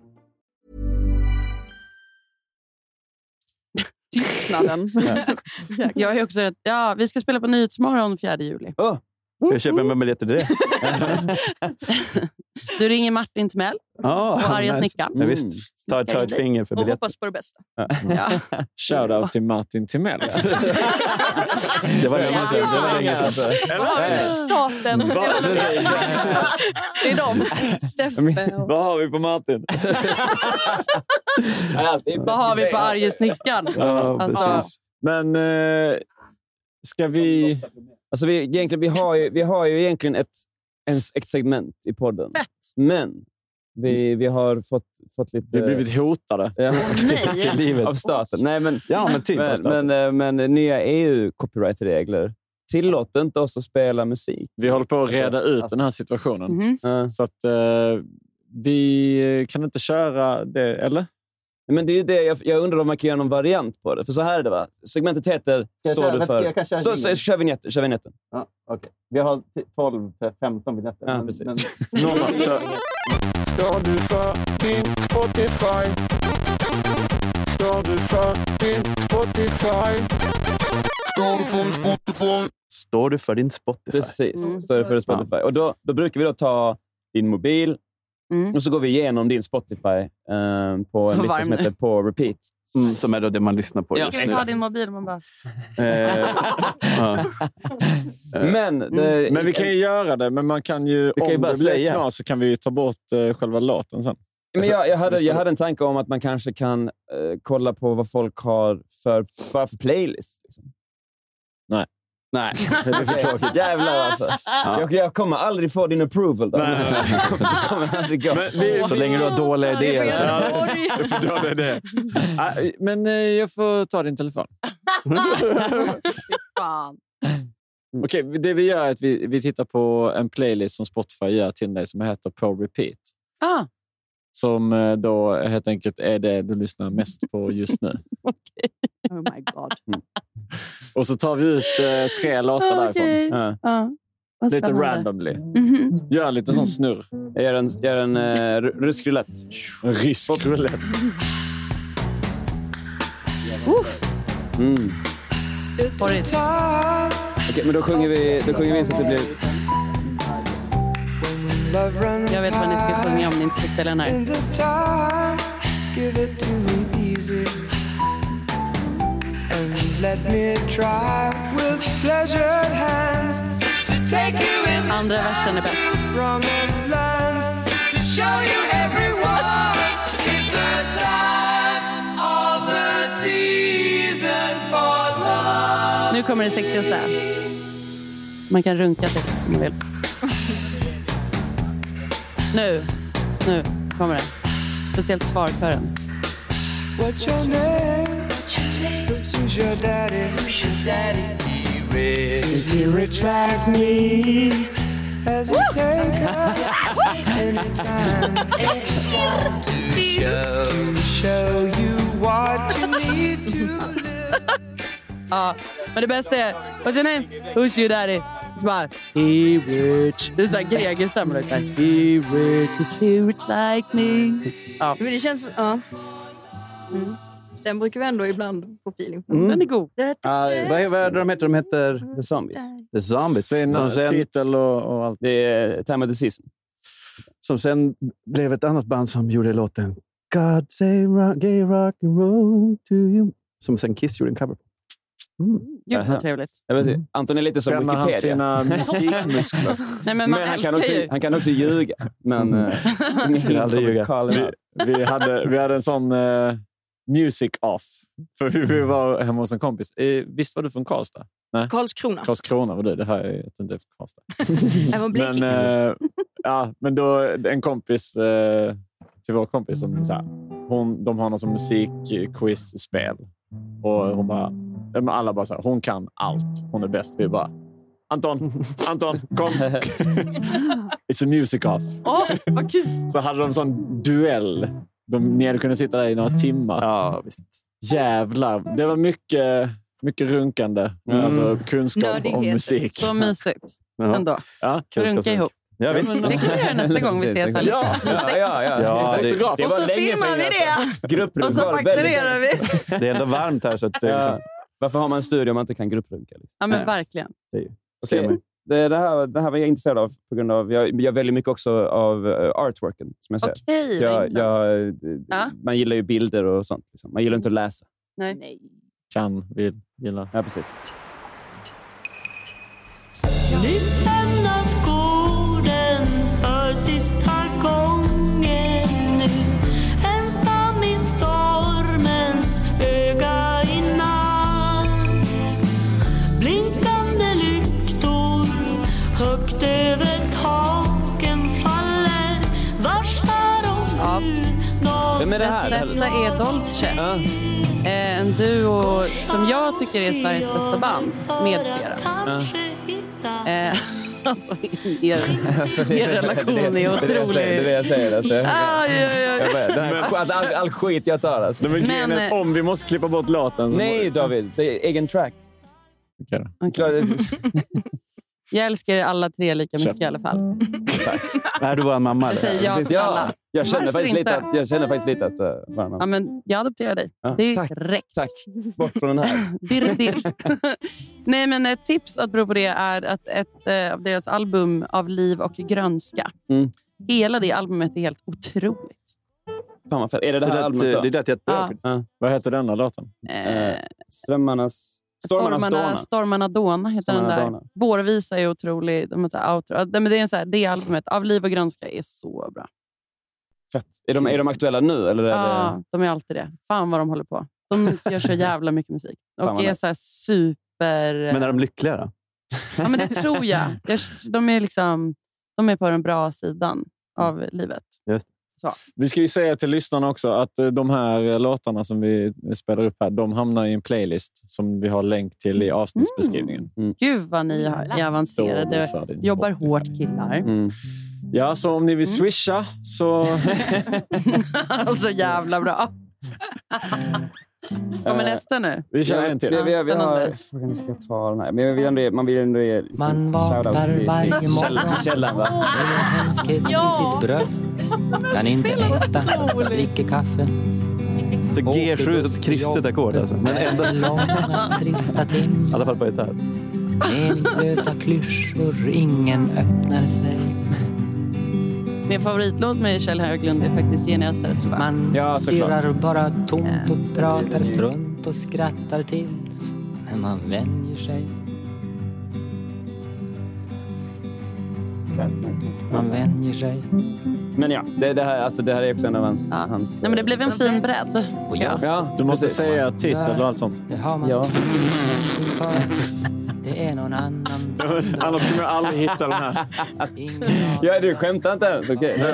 Tystnaden. jag är också rätt... Ja, vi ska spela på Nyhetsmorgon 4 juli.
Jag köper en biljett till det.
Du ringer Martin Timell
Ah,
och arga
nice.
snickaren.
Ja, visst. Ta, ta ett finger för biljetten.
på det bästa.
Ja.
Shoutout till Martin Timell.
Det var länge sedan. Det var länge sedan.
Staten.
Va?
Det är de.
Steffe. Vad har vi på Martin?
Vad har vi på arge snickaren? Alltså,
Men
eh,
ska vi... Alltså vi, egentligen, vi, har ju, vi har ju egentligen ett, en, ett segment i podden. Men vi, vi har fått, fått lite...
Vi har blivit hotade.
Ja,
Nej.
livet. av staten. Nej, men,
Ja, men typ av
men,
staten.
men, eh, men nya EU-copyrightregler tillåter inte oss att spela musik.
Vi håller på att reda ut den här situationen.
mm.
Så att eh, vi kan inte köra det, eller?
Men det är ju det jag, jag undrar om man kan göra någon variant på det. För så här är det va? Segmentet heter...
jag
står
köra-
du
vänta,
för...
jag kan köra
så, så,
jingeln.
kör vignetten. Kör vignetten.
Ja, okej. Vi har 12-15 biljetter.
Ja, precis.
Men, någon har kört.
du för din Spotify? Ska du för din Spotify? Ska du för din Spotify?
Står du för din Spotify?
Precis. Står det för Spotify. Och då, då brukar vi då ta din mobil
Mm.
och så går vi igenom din Spotify eh, på
Så
en lista
varm
som
nu.
heter På repeat.
Mm, som är då det man lyssnar på Eh,
jag kan ta din mobil och man bara...
Men,
Mm.
det-
men vi kan ju göra det, men man kan ju,
kan ju
om
bara
det blir
säga.
knas så kan vi ju ta bort eh, själva låten sen.
Men
Alltså,
jag, jag, hade,
vi
jag
spelar-
hade en tanke om att man kanske kan eh, kolla på vad folk har för, bara för playlist. Liksom.
Nej.
Nej,
det blir för tråkigt. Jävlar alltså.
Ja.
Jag, jag kommer aldrig få din approval. Då. Det kommer aldrig gå.
Så länge du har dåliga idéer.
Du får döda det. Ah, Men eh, jag får ta din telefon.
Fan.
Okej, det vi gör är att vi, vi tittar på en playlist som Spotify gör till dig som heter På repeat.
Ah,
Som eh, då helt enkelt är det du lyssnar mest på just nu. Mm.
oh my god.
Och så tar vi ut eh, tre låtar
Okej.
därifrån.
Ja. Vad
Lite
spännande.
randomly.
Mhm.
Gör lite sån snurr.
Jag gör en, gör en uh, rysk roulette.
Rysk roulette.
Mm.
Porrigt.
Okej, men då sjunger vi, då sjunger vi så att det blir...
Jag vet vad ni ska sjunga om ni inte får spela den här.
Give it to me easy. And let me try with pleasured hands to take you in the
Andra versen är bäst.
promised lands to show you everyone. It's the time of the season for love.
Nu kommer det sexigaste. Man kan runka till om man vill. Nu. Nu kommer det. Speciellt svarkören.
What's your name? Who's your daddy? Who's your daddy? Does he retract me? As he take her anytime to show to show you what you need to.
Ja, men det bästa är... What's your name? Who's your daddy? Så bara... He rich. Det är såhär grekisk stämma. det är så här, He rich. Is he rich like me? Ja.
Men det känns... Ja. Mm. Den brukar vi ändå ibland få feeling för.
Mm.
Den är god.
Ah,
Uh, vad, är- vad är det de heter? De heter... The Zombies. The Zombies. Som
typ-
sen,
titel och, allt. Det är eh, Time of the Season.
som sen blev ett annat band som gjorde låten God say rock, gay rock and roll to you. Som sen Kiss gjorde en cover på.
Gud,
Aha.
vad trevligt.
Jag vet, inte, Anton är lite som
Spänner han
Wikipedia.
sina musikmuskler? Nej, men man
han, kan
älskar
också,
ju.
han kan också ljuga. Men eh, ingen
Skulle aldrig
kommer
ljuga.
call him
Vi,
out.
vi, hade, vi hade en sån eh, music off. För vi, vi var hemma hos en kompis. Eh, visst var du från Karlstad? Nej.
Karlskrona.
Karlskrona var du. Det här är ju att du inte är från Karlstad.
Även
Mm. men, eh, ja, men då en kompis eh, till vår kompis som så här, hon, de har någon sån musikquizspel. Och hon bara, eh, men alla bara så här, hon kan allt. Hon är bäst. Vi bara, Anton, Anton, kom. It's a music off.
Åh, vad kul!
Så hade de sån duell. De, ni hade kunnat sitta där i
Mm.
några timmar.
Ja, visst.
Jävlar. Det var mycket, mycket runkande
Mm.
över kunskap om
Nördighet.
musik.
Så mysigt
Ja.
ändå.
Ja,
Runka ihop.
Ja, visst.
men Det kan vi göra nästa gång vi ses. allihopa.
Ja,
ja, ja, ja.
Ja,
Det-
autograf.
det var Och så länge
filmar sedan, vi alltså.
Grupprunk
Och så
var
fakturerar vi.
Det är ändå varmt här. Så att,
Ja.
liksom,
Varför har man en studio om man inte kan grupprunka? Liksom?
Ja, men verkligen.
det är ju-
Okej. Det, det, här, det här var jag intresserad av. På grund av jag, jag väljer mycket också av eh, artworken. Som jag säger.
Okej, vad
jag,
intressant.
jag, eh,
Ja.
Man gillar ju bilder och sånt. Liksom. Man gillar inte att läsa.
Nej.
Kan, vill, gillar.
Ja, precis.
Lyssnad av gården för sista gången nu Ensam i stormens öga i natt Blinkande lyktor högt över taken faller Varslar om hur någon
Detta är Dolce. Eh, En duo som jag tycker är Sveriges bästa band, med flera. Eh, alltså, er, er relation
det
är Ah!
är det jag
otrolig.
säger, det är det jag säger, alltså.
Aj, aj, aj.
Jag bara, det här, alltså, all, all skit jag tar. Alltså.
Men, grejen
eh,
är, om vi måste klippa bort låten... så
Nej, David. Det är egen track.
Okej då.
Klar, det,
Jag älskar er alla tre lika mycket
Käften.
i alla fall.
Är du vår mamma?
Jag
eller?
säger ja till alla.
jag, känner
Varför
faktiskt lite
inte?
att, jag känner faktiskt lite att uh, vara
Ja,
mamma.
men jag adopterar dig.
Ja,
Direkt.
Tack. Bort från den här.
Dirr, dirr. Nej, men ett tips att bero på det är att ett eh, av deras album Av liv och grönska.
Mm.
Hela det albumet är helt otroligt.
Fan vad fett. Är det det här
Det lät,
albumet? då?
det lät
Ja.
jättebra. Vad heter denna låten?
Eh,
Strömmarnas... Stormarnas dåna.
Stormarna, Stormarna dåna heter
Stormarna
den där.
dåna.
Vårvisa är otrolig. De har så här outro. Ja, nej, men det, är en så här, det albumet, Av liv och grönska, är så bra.
Fett. Är de, är de aktuella nu? Eller är det...
Ja, Ah, de är alltid det. Fan vad de håller på. De gör så jävla mycket musik.
Fan
Och
vad
är
nice.
så här super...
Men är de lyckliga då?
Ja, men det tror jag. jag de, är liksom, de är på den bra sidan av livet.
Just.
Så.
Vi ska ju säga till lyssnarna också att eh, de här eh, låtarna som vi eh, spelar upp här, de hamnar i en playlist som vi har länk till i avsnittsbeskrivningen.
Gud vad ni har- ni är avancerade.
Då för din
Jobbar hårt killar.
Ja, så om ni
Mm.
vill swisha så...
så Alltså, jävla bra. Kommer nästa nu?
Vi
Ja,
kör en till.
Vi, vi, vi har,
Spännande.
fan, ska jag ta den här? Men jag vill ändå, ge- man vill ändå ge... Liksom,
Man
shout-out
vaknar
till- till
varje
källan-
morgon.
till Källan, va?
Ja. sitt bröst. Kan inte äta, dricker kaffe.
Så G7 är ett kristet ackord. Alltså. Men ändå...
Långa, trista timmar.
I alla fall på gitarr.
Meningslösa klyschor, ingen öppnar sig.
Min favoritlåt med Kjell Höglund är faktiskt Jenny Ösarets Man
Ja, Stirrar bara tomt
Ehm.
och pratar strunt och skrattar till. Men man vänjer sig. Man vänjer sig.
Men ja, det, det, här, alltså, det här är också en av hans... hans
Nej, men det blev en fin bredd.
ja. Ja,
Du måste
precis.
säga titel och allt sånt.
Ja.
Det är någon annan.
Annars kommer jag aldrig hitta den här.
ja, du skämtar inte ens? Okej.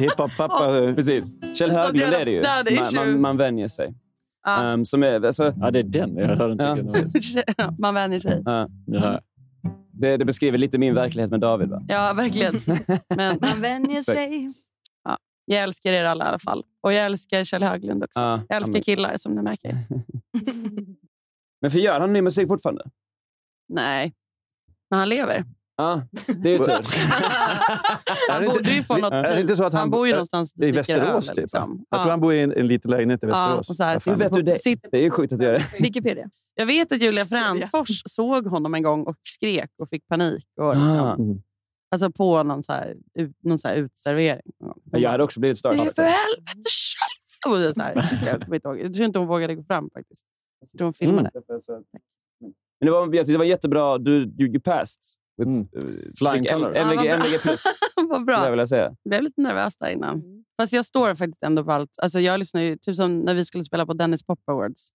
Hiphop-pappa.
Precis. Typ. Kjell Höglund är det ju.
Daddy
Man,
issue.
man, man vänjer sig. Ehm, som är, alltså,
ja, det är den. Jag hörde inte vilken det var.
Man vänjer sig.
det, det beskriver lite min verklighet med David. Va?
Ja, verkligen. Men
Man vänjer sig.
ja, jag älskar er alla i alla fall. Och jag älskar Kjell Höglund också.
Ja,
Jag älskar
men-
killar som ni märker.
Men för gör han ny musik fortfarande?
Nej, men han lever.
Ja, Ja, det är tur.
Han borde ju få något
Är det inte
pris.
så att han,
han bor ju någonstans
i
dit det
Västerås.
över,
Typ.
liksom.
Jag tror han bor i en, en liten lägenhet i
Ja,
Västerås.
och så här,
Vad fan.
Hur vet du det?
Det är ju sjukt att göra det.
Wikipedia.
Jag vet att Julia Fränfors såg honom en gång och skrek och fick panik. Och liksom,
Ah. Mm.
Alltså på någon, så här, ut- någon så här utservering.
Jag hade också blivit störd.
Det är för helvete kör! Och det är så här, Jag kommer inte ihåg. Jag tror inte hon vågade gå fram faktiskt. Jag tror
Mm.
hon filmade.
Men det var, jag tyckte det var jättebra. Du, you, you passed. With,
Flying
Flying
colours.
MVG,
Ja, vad bra.
MVG plus,
Vad
skulle
bra. Mm.
jag vilja säga.
Jag blev lite nervös där innan. Fast jag står faktiskt ändå på allt. Alltså jag lyssnar ju, typ som när vi skulle spela på Dennis Pop Awards.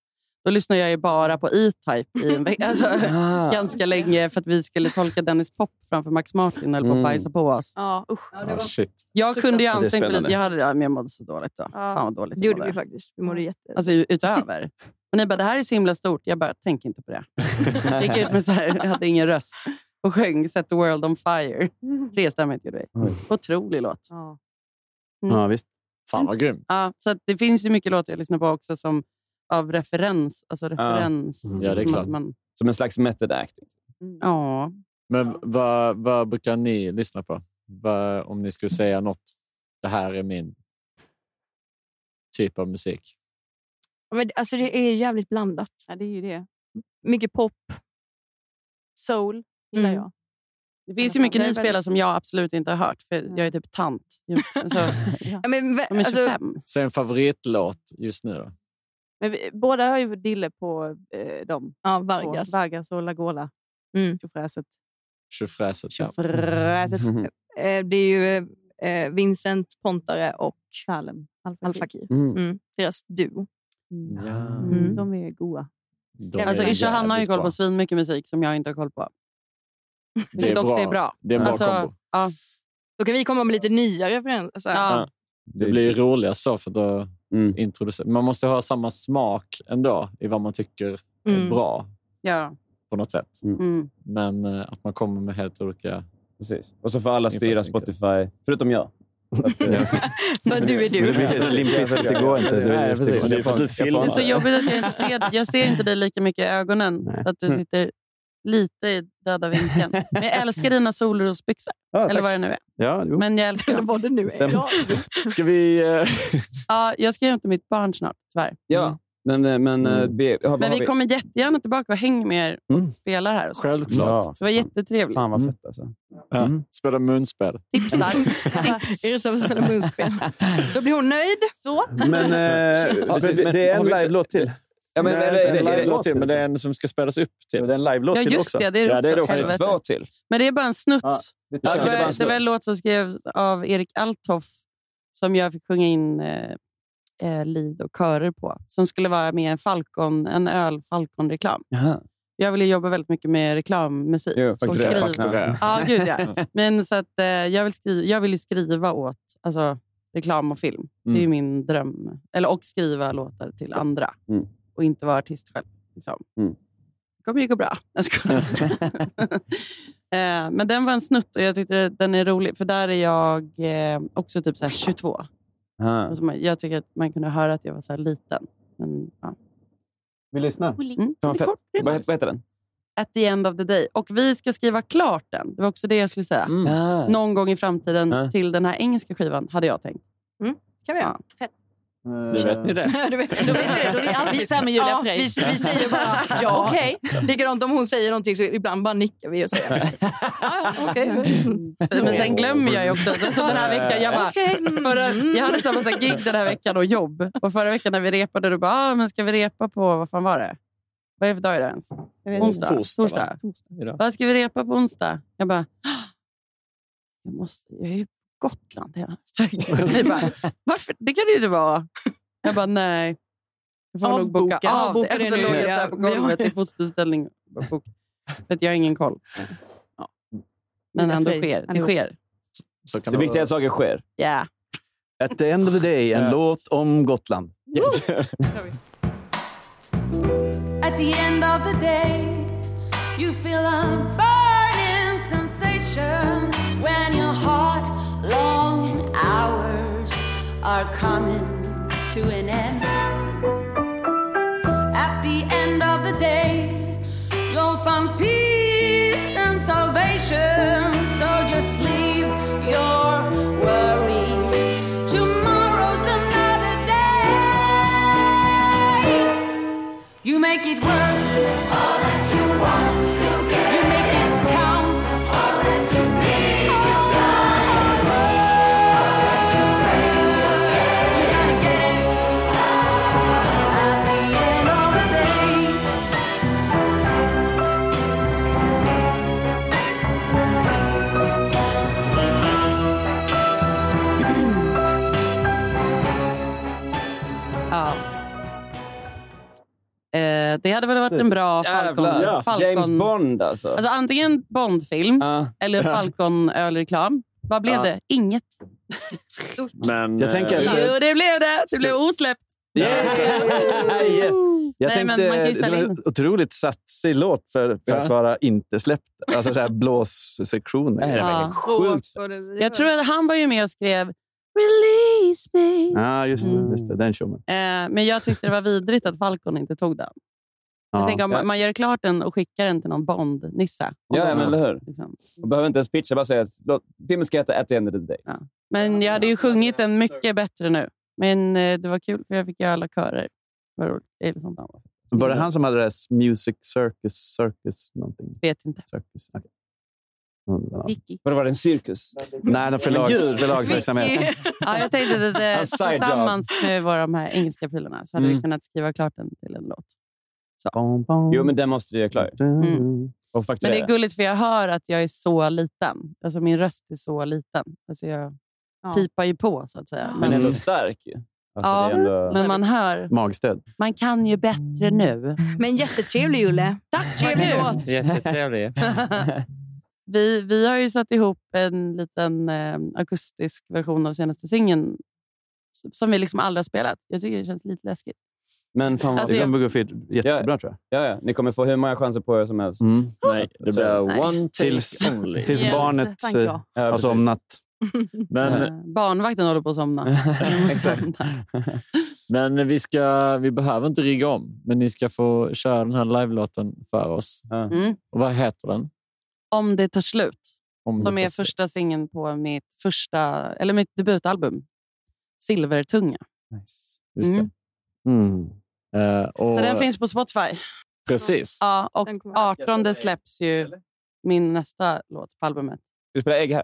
Då lyssnade jag ju bara på E-Type i en vecka. Alltså,
Ah.
Ganska länge för att vi skulle tolka Dennis Pop framför Max Martin eller på att
Mm.
bajsa på oss.
Ja, usch. Ja, det var...
Jag kunde ju
Det är
ansträngt mig lite.
spännande.
Jag, hade, ja, men jag mådde så dåligt då.
Ja,
Fan vad dåligt
det
jag
gjorde
mådde.
vi faktiskt. Vi mådde jätte...
Alltså ju- utöver. Men ni bara, det här är så himla stort. Jag bara, tänk inte på det. Jag gick ut med så här, jag hade ingen röst och sjöng Set the world on fire. Trestämmigt gjorde vi.
Oj.
Otrolig låt. Ja.
Ja, visst. Fan vad grymt.
så att det finns ju mycket låtar jag lyssnar på också som av referens. Alltså referens.
Ja, det är
liksom att
klart.
Man,
Som en slags method acting.
mm.
ja.
Men vad, vad brukar ni lyssna på? Vad, om ni skulle säga något. Det här är min typ av musik.
Men, alltså, det är jävligt blandat.
Ja, det är ju det.
Mycket pop.
Soul gillar jag.
Mm. Det finns ju mycket
Det är
ni
väl-
spelar som jag absolut inte har hört. För jag är typ tant. Jag- Alltså,
Ja, men, vä-
de är
alltså,
25.
Säg en favoritlåt just nu då.
Men vi, båda har ju dille på eh, dem.
Ja, Vargas.
På Vargas och Lagola.
Mm.
Tjofräset.
Tjofräset. ja.
Tjofräset.
eh, det är ju eh, Vincent Pontare och Salem
Al
Al-Fakir.
Fakir.
Mm. Deras duo.
Mm. De är goa.
De
alltså,
är
Yrsa Hanna har ju
jävligt
koll
bra.
på svin mycket musik som jag inte har koll på. Vilket
är
också
bra.
är bra.
Det är en bra
Alltså-
kombo.
Ja.
Då kan vi komma med lite nya referenser. Alltså.
Ja. Det
Mm.
blir ju roligare så. För då
Mm.
introducerar. Man måste ha samma smak ändå i vad man tycker är
Mm.
bra
Ja.
på något sätt.
Mm.
Men eh, att man kommer med helt olika...
Precis. Och så får alla styra Spotify, förutom jag. eh,
För du är
Det
du.
blir lite Limp Bizkit, det går inte. Det blir-
Nej, precis.
det är för att du
Jag får-
filmar.
Det är så jobbigt att jag inte ser Jag ser inte dig lika mycket i ögonen. För att du
Mm.
sitter lite i döda vinkeln. Men jag älskar dina solrosbyxor. eller vad det nu är.
Ja, jo.
Men jag älskar dem.
vad det nu
Stämmer.
Ska vi...
Ja, jag ska hämta mitt barn snart, tyvärr. Mm.
Ja, men, eh, men, eh,
Mm.
vi, har,
Men
har
vi kommer jättegärna tillbaka och hänger med er och spelar här. Och så.
Självklart.
Det var jättetrevligt.
Fan vad fett alltså.
Ja. Spela munspel.
Tipsar.
Tips. Är det så att spela munspel? Så blir hon nöjd. Så.
Men, eh,
Ja, precis,
det-
men
det är
har
en
vi inte-
live-låt till.
Ja, men-
Nej,
eller-
inte
eller-
en
eller-
live-låt till, men det är en som ska spelas upp till.
Det är en live-låt
Ja, till just också. det, det är det Ja, det är det också. också. Helvete.
Två till.
Men det är bara en snutt.
vi
det,
kör. Det var en
var, det
snutt.
var en låt som skrevs av Erik Althoff som jag fick sjunga in eh, eh, lid och körer på. Som skulle vara med i en, Falcon, en öl Falcon-reklam.
Jaha.
Jag ville jobba väldigt mycket med reklammusik.
Jo,
och
fakturera,
skriva.
fakturera.
Ja, gud ja. Men så att, eh, jag, vill skriva, jag vill ju skriva åt alltså, reklam och film. Det är ju
Mm.
min dröm. Eller, och skriva låtar till andra.
Mm.
Och inte vara artist själv. Liksom.
Mm.
Det kommer ju gå bra. Jag skojar. eh, men den var en snutt och jag tyckte den är rolig. För där är jag eh, också typ så här 22.
Ah.
Alltså, man- jag tycker att man kunde höra att jag var så här liten. Men, ja.
Vi lyssnar.
Mm.
Fan vad fett. Vad heter- vad heter den?
At the end of the day. Och vi ska skriva klart den. Det var också det jag skulle säga.
Mm. Ah.
Någon gång i framtiden till den här engelska skivan, hade jag tänkt.
Mm. kan vi göra. Fett.
Nu vet ni det.
du vet,
Då vet vi det. Då är allt samma med Julia
ja, vi,
Frey.
vi säger bara ja.
Okej.
Likadant om hon säger någonting så ibland bara nickar vi och säger ja, ja, okej.
Så, men sen glömmer jag ju också. Alltså, den här veckan, jag, bara, förra,
Mm.
jag hade samma så här gig den här veckan och jobb. Och Förra veckan när vi repade, du bara, ah, men ska vi repa på, vad fan var det? Vad är det för dag idag ens?
vet
Onsdag?
inte. Torsdag, va?
Torsdag.
Torsdag idag.
Vad ska vi repa på onsdag? Jag bara, ah, jag, måste, jag är ju på Gotland hela nästa vecka. Ni bara, Varför? Det kan det ju inte vara. Jag bara, nej. Jag får nog boka
Avboka.
av.
Avboka
det.
det
Och så
nu.
låg jag så här på
Ja, vi har-
golvet i fosterställning. Bara boka. För att jag har ingen koll. Ja. Men ändå sker. Det sker.
Så
det viktiga saker sker.
Yeah.
At the end of the day, en låt om Gotland.
At the end of the day, you feel a burning sensation when your hard, long hours are coming to an end. At the end of the day, you'll find peace and salvation You make it worth all that you want. You, get you make it count all that you need. You gotta get it at the end of the day.
Ja. Eh, det hade väl varit en bra Falcon...
Jävlar.
Falcon
James Bond alltså.
Alltså antingen Bondfilm eller Falcon-ölreklam. Vad blev
Ja.
det? Inget.
Men,
jag tänker,
Jo, det blev det. Det blev osläppt.
yes.
Jag
Nej, men
tänkte,
man kan ju
det var
sälja in.
en otroligt satsig låt för, för att
Ja.
vara inte släppt. Alltså så här blåssektioner.
Ja. Jag tror att han var ju med och skrev “Release me”.
Ja, ah, just det. Just det.
Mm.
Den showman.
Eh, men jag tyckte det var vidrigt att Falcon inte tog den.
Ja.
Jag tänker om
Ja.
man gör klart den och skickar den till någon Liksom. Bond-nissa.
Ja, men eller hur? Man behöver inte ens pitcha, bara säga att låt- filmen ska heta At the end of the day.
Men jag hade ju sjungit den mycket bättre nu. Men eh, det var kul för jag fick göra alla körer. Vad roligt. Det är liksom-
Var det han som hade det där Music Circus? Circus någonting?
Vet inte.
Circus. Okay. Mm, ja.
Vicky.
Var det, var det en cirkus?
Nej, någon förlags-
Ljud.
förlagsverksamhet.
Ja, jag tänkte att eh,
A side job.
tillsammans med våra de här engelska prylarna så hade vi
Mm.
kunnat skriva klart den till en låt.
Jo, men den måste du göra klar.
Mm.
Och
Men
fakturera.
det är gulligt för jag hör att jag är så liten. Alltså min röst är så liten. Alltså jag pipar ju på så att säga.
Men ändå stark ju. Alltså,
ja,
det är ändå...
men man hör.
Magstöd.
Man kan ju bättre nu.
Men jättetrevlig, Julle.
Tack! Trevlig låt.
Jättetrevlig.
Vi, vi har ju satt ihop en liten eh, akustisk version av senaste singeln s- som vi liksom aldrig har spelat. Jag tycker det känns lite läskigt.
Men fan vad...
Alltså, Det kommer
gå jättebra, tror
jag. Ja, ja. Ni kommer få hur många chanser på er som helst.
Mm. Nej, det blir one take
Tills-
only.
tills Yes, barnet, tack eh, jag. har
precis.
somnat.
Men,
Eh, Barnvakten håller på att somna. Exakt.
men vi, ska, vi behöver inte rigga om, men ni ska få köra den här live-låten för oss.
Mm.
Och vad heter den?
Om det tar slut,
Om
som
det
är
tar slut.
första singeln på mitt, första, eller mitt debutalbum, Silvertunga.
Just det.
Mm.
Eh, och,
Så den finns på Spotify.
Precis.
Ja, och 18 släpps ju min nästa låt på albumet.
Du spelar ägg här.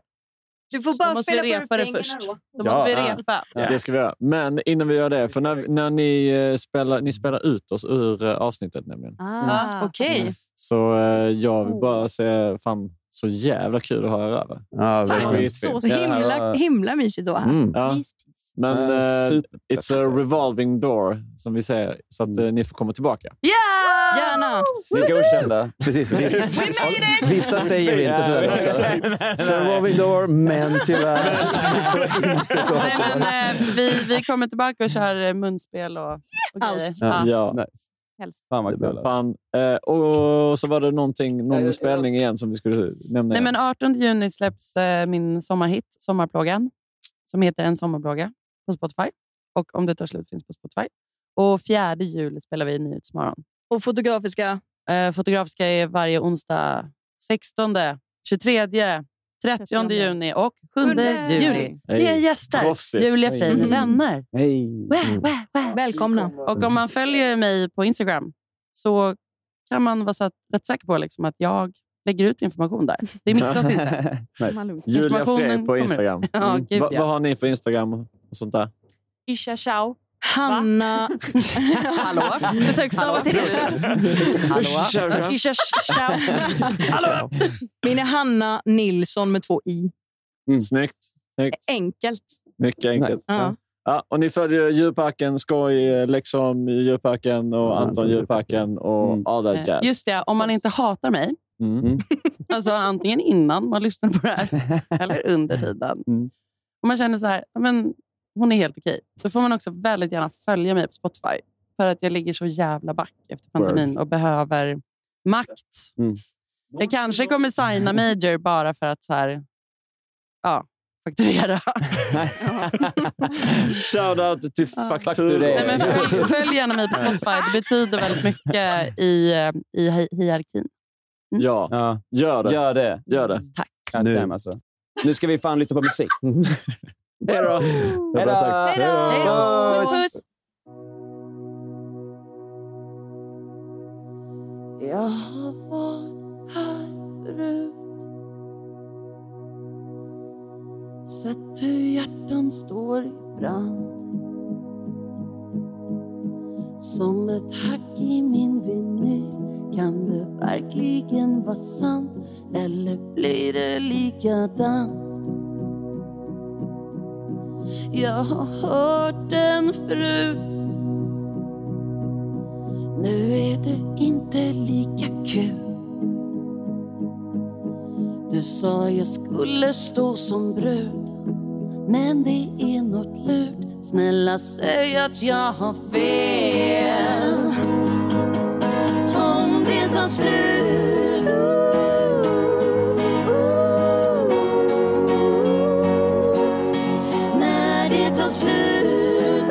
Du får
Då
bara
måste
spela
vi
på
repa det
refrängerna
först.
då.
Då måste vi repa.
Ja, Det ska vi göra. Men innan vi gör det, för när, när ni, eh, spelar, ni spelar ut oss ur eh, avsnittet nämligen.
Ah, Okej.
Så eh, jag vill
Mm.
bara säga, fan så jävla kul att ha er över.
Ja, Mm.
Verkligen. Så, så himla, himla mysigt då här.
Ja. Men eh, it's a revolving door, som vi säger. Så
Mm.
att eh, ni får komma tillbaka.
Yeah!
Ah.
Gärna.
Ni är godkända.
Precis.
We
Vissa,
made it!
vissa säger vi inte
Ja,
sådär.
exakt.
Så revolving door, men tyvärr.
Nej, men, eh, vi, vi kommer tillbaka och kör eh, munspel och, och grejer.
Ja.
Ja.
Helst. Fan vad kul.
Fan. Eh, och så var det någonting, någon spelning igen som vi skulle nämna.
Nej,
igen.
men 18 juni släpps eh, min sommarhit, Sommarplågan, som heter En sommarplåga på Spotify. Och Om det tar slut finns på Spotify. Och 4 juli spelar vi i Nyhetsmorgon.
Och fotografiska?
Eh, fotografiska är varje onsdag 16, 23, 30 juni och 7 juli.
Hej.
Vi är gäster.
Proffsigt.
Julia
Hej.
Frid är
Mm.
vänner.
Hej.
Välkomna.
Och om man följer mig på Instagram så kan man vara så att, rätt säker på liksom att jag lägger ut information där. Det missas inte.
Nej. Julia
Informationen
Fred på
kommer.
Instagram.
Ja,
Mm.
gud,
Va-
ja.
Vad har ni för Instagram och sånt där?
Isha Chow.
Hanna...
Hallå?
Försök stava
Hallå?
till det.
Hallå?
Isha- Isha- Hallå? Min är Hanna Nilsson med två i.
Mm, Snyggt. Snyggt.
Enkelt.
Mycket enkelt.
Ja.
Ja. Ja, och ni följer djurparken, skoj, Leksand, djurparken och Anton djurparken och all that
Eh,
jazz.
Just det, om man inte hatar mig.
Mm.
Alltså antingen innan man lyssnar på det här eller under tiden.
Mm.
Om man känner så här, "Ja, men hon är helt okej. Då får man också väldigt gärna följa mig på Spotify. För att jag ligger så jävla back efter pandemin och behöver makt.
Mm.
Jag kanske kommer signa major bara för att så här, ja, fakturera.
Shoutout till
Nej, men följ,
Faktura.
följ gärna mig på Spotify. Det betyder väldigt mycket i, eh, i hi- hierarkin.
Ja. gör det.
Gör det.
Gör det.
Tack.
nu. alltså. nu ska vi fan lyssna på musik.
Hej då!
Hej då! Hej
Hej då! Puss, puss!
Jag har varit här förut Sett hur hjärtan står i brand Som ett hack i min vinyl Kan det verkligen vara sant? Eller blir det likadant? Jag har hört den förut Nu är det inte lika kul Du sa jag skulle stå som brud Men det är något lurt Snälla säg att jag har fel Om det tar slut när det tar slut.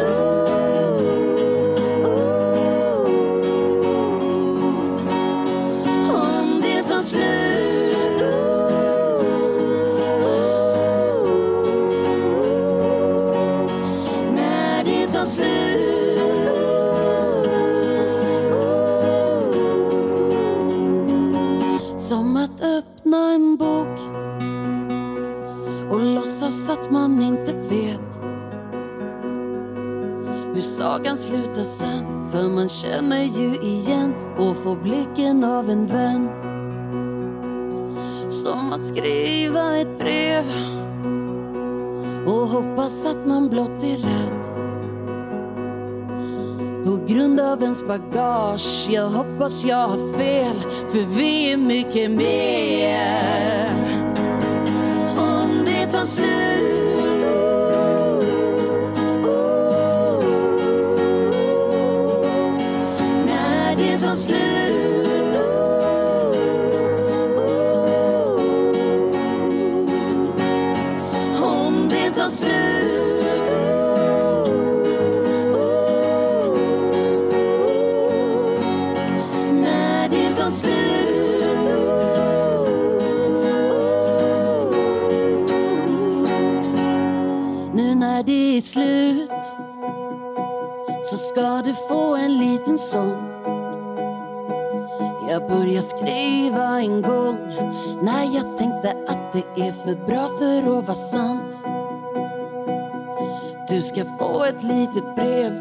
Om det tar slut. När det tar slut. Som att öppna en bok och låtsas att man inte vet hur sagan slutar sen för man känner ju igen och får blicken av en vän Som att skriva ett brev och hoppas att man blott är rädd på grund av ens bagage Jag hoppas jag har fel för vi är mycket mer om det tar slut När det tar slut Om det tar slut När det tar slut Nu när det är slut så ska du få en liten sång Jag börjar skriva en gång när jag tänkte att det är för bra för att vara sant Du ska få ett litet brev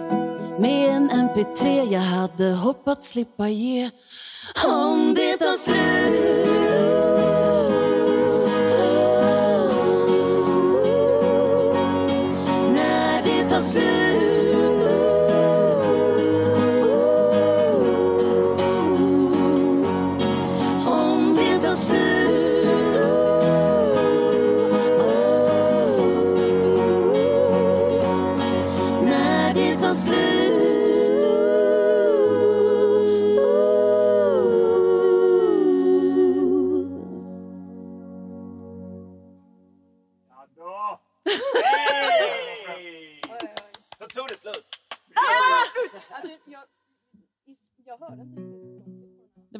med en mp3 jag hade hoppats slippa ge om det tar slut när det tar slut Om det tar slut När det tar slut
Då tog det slut.
Det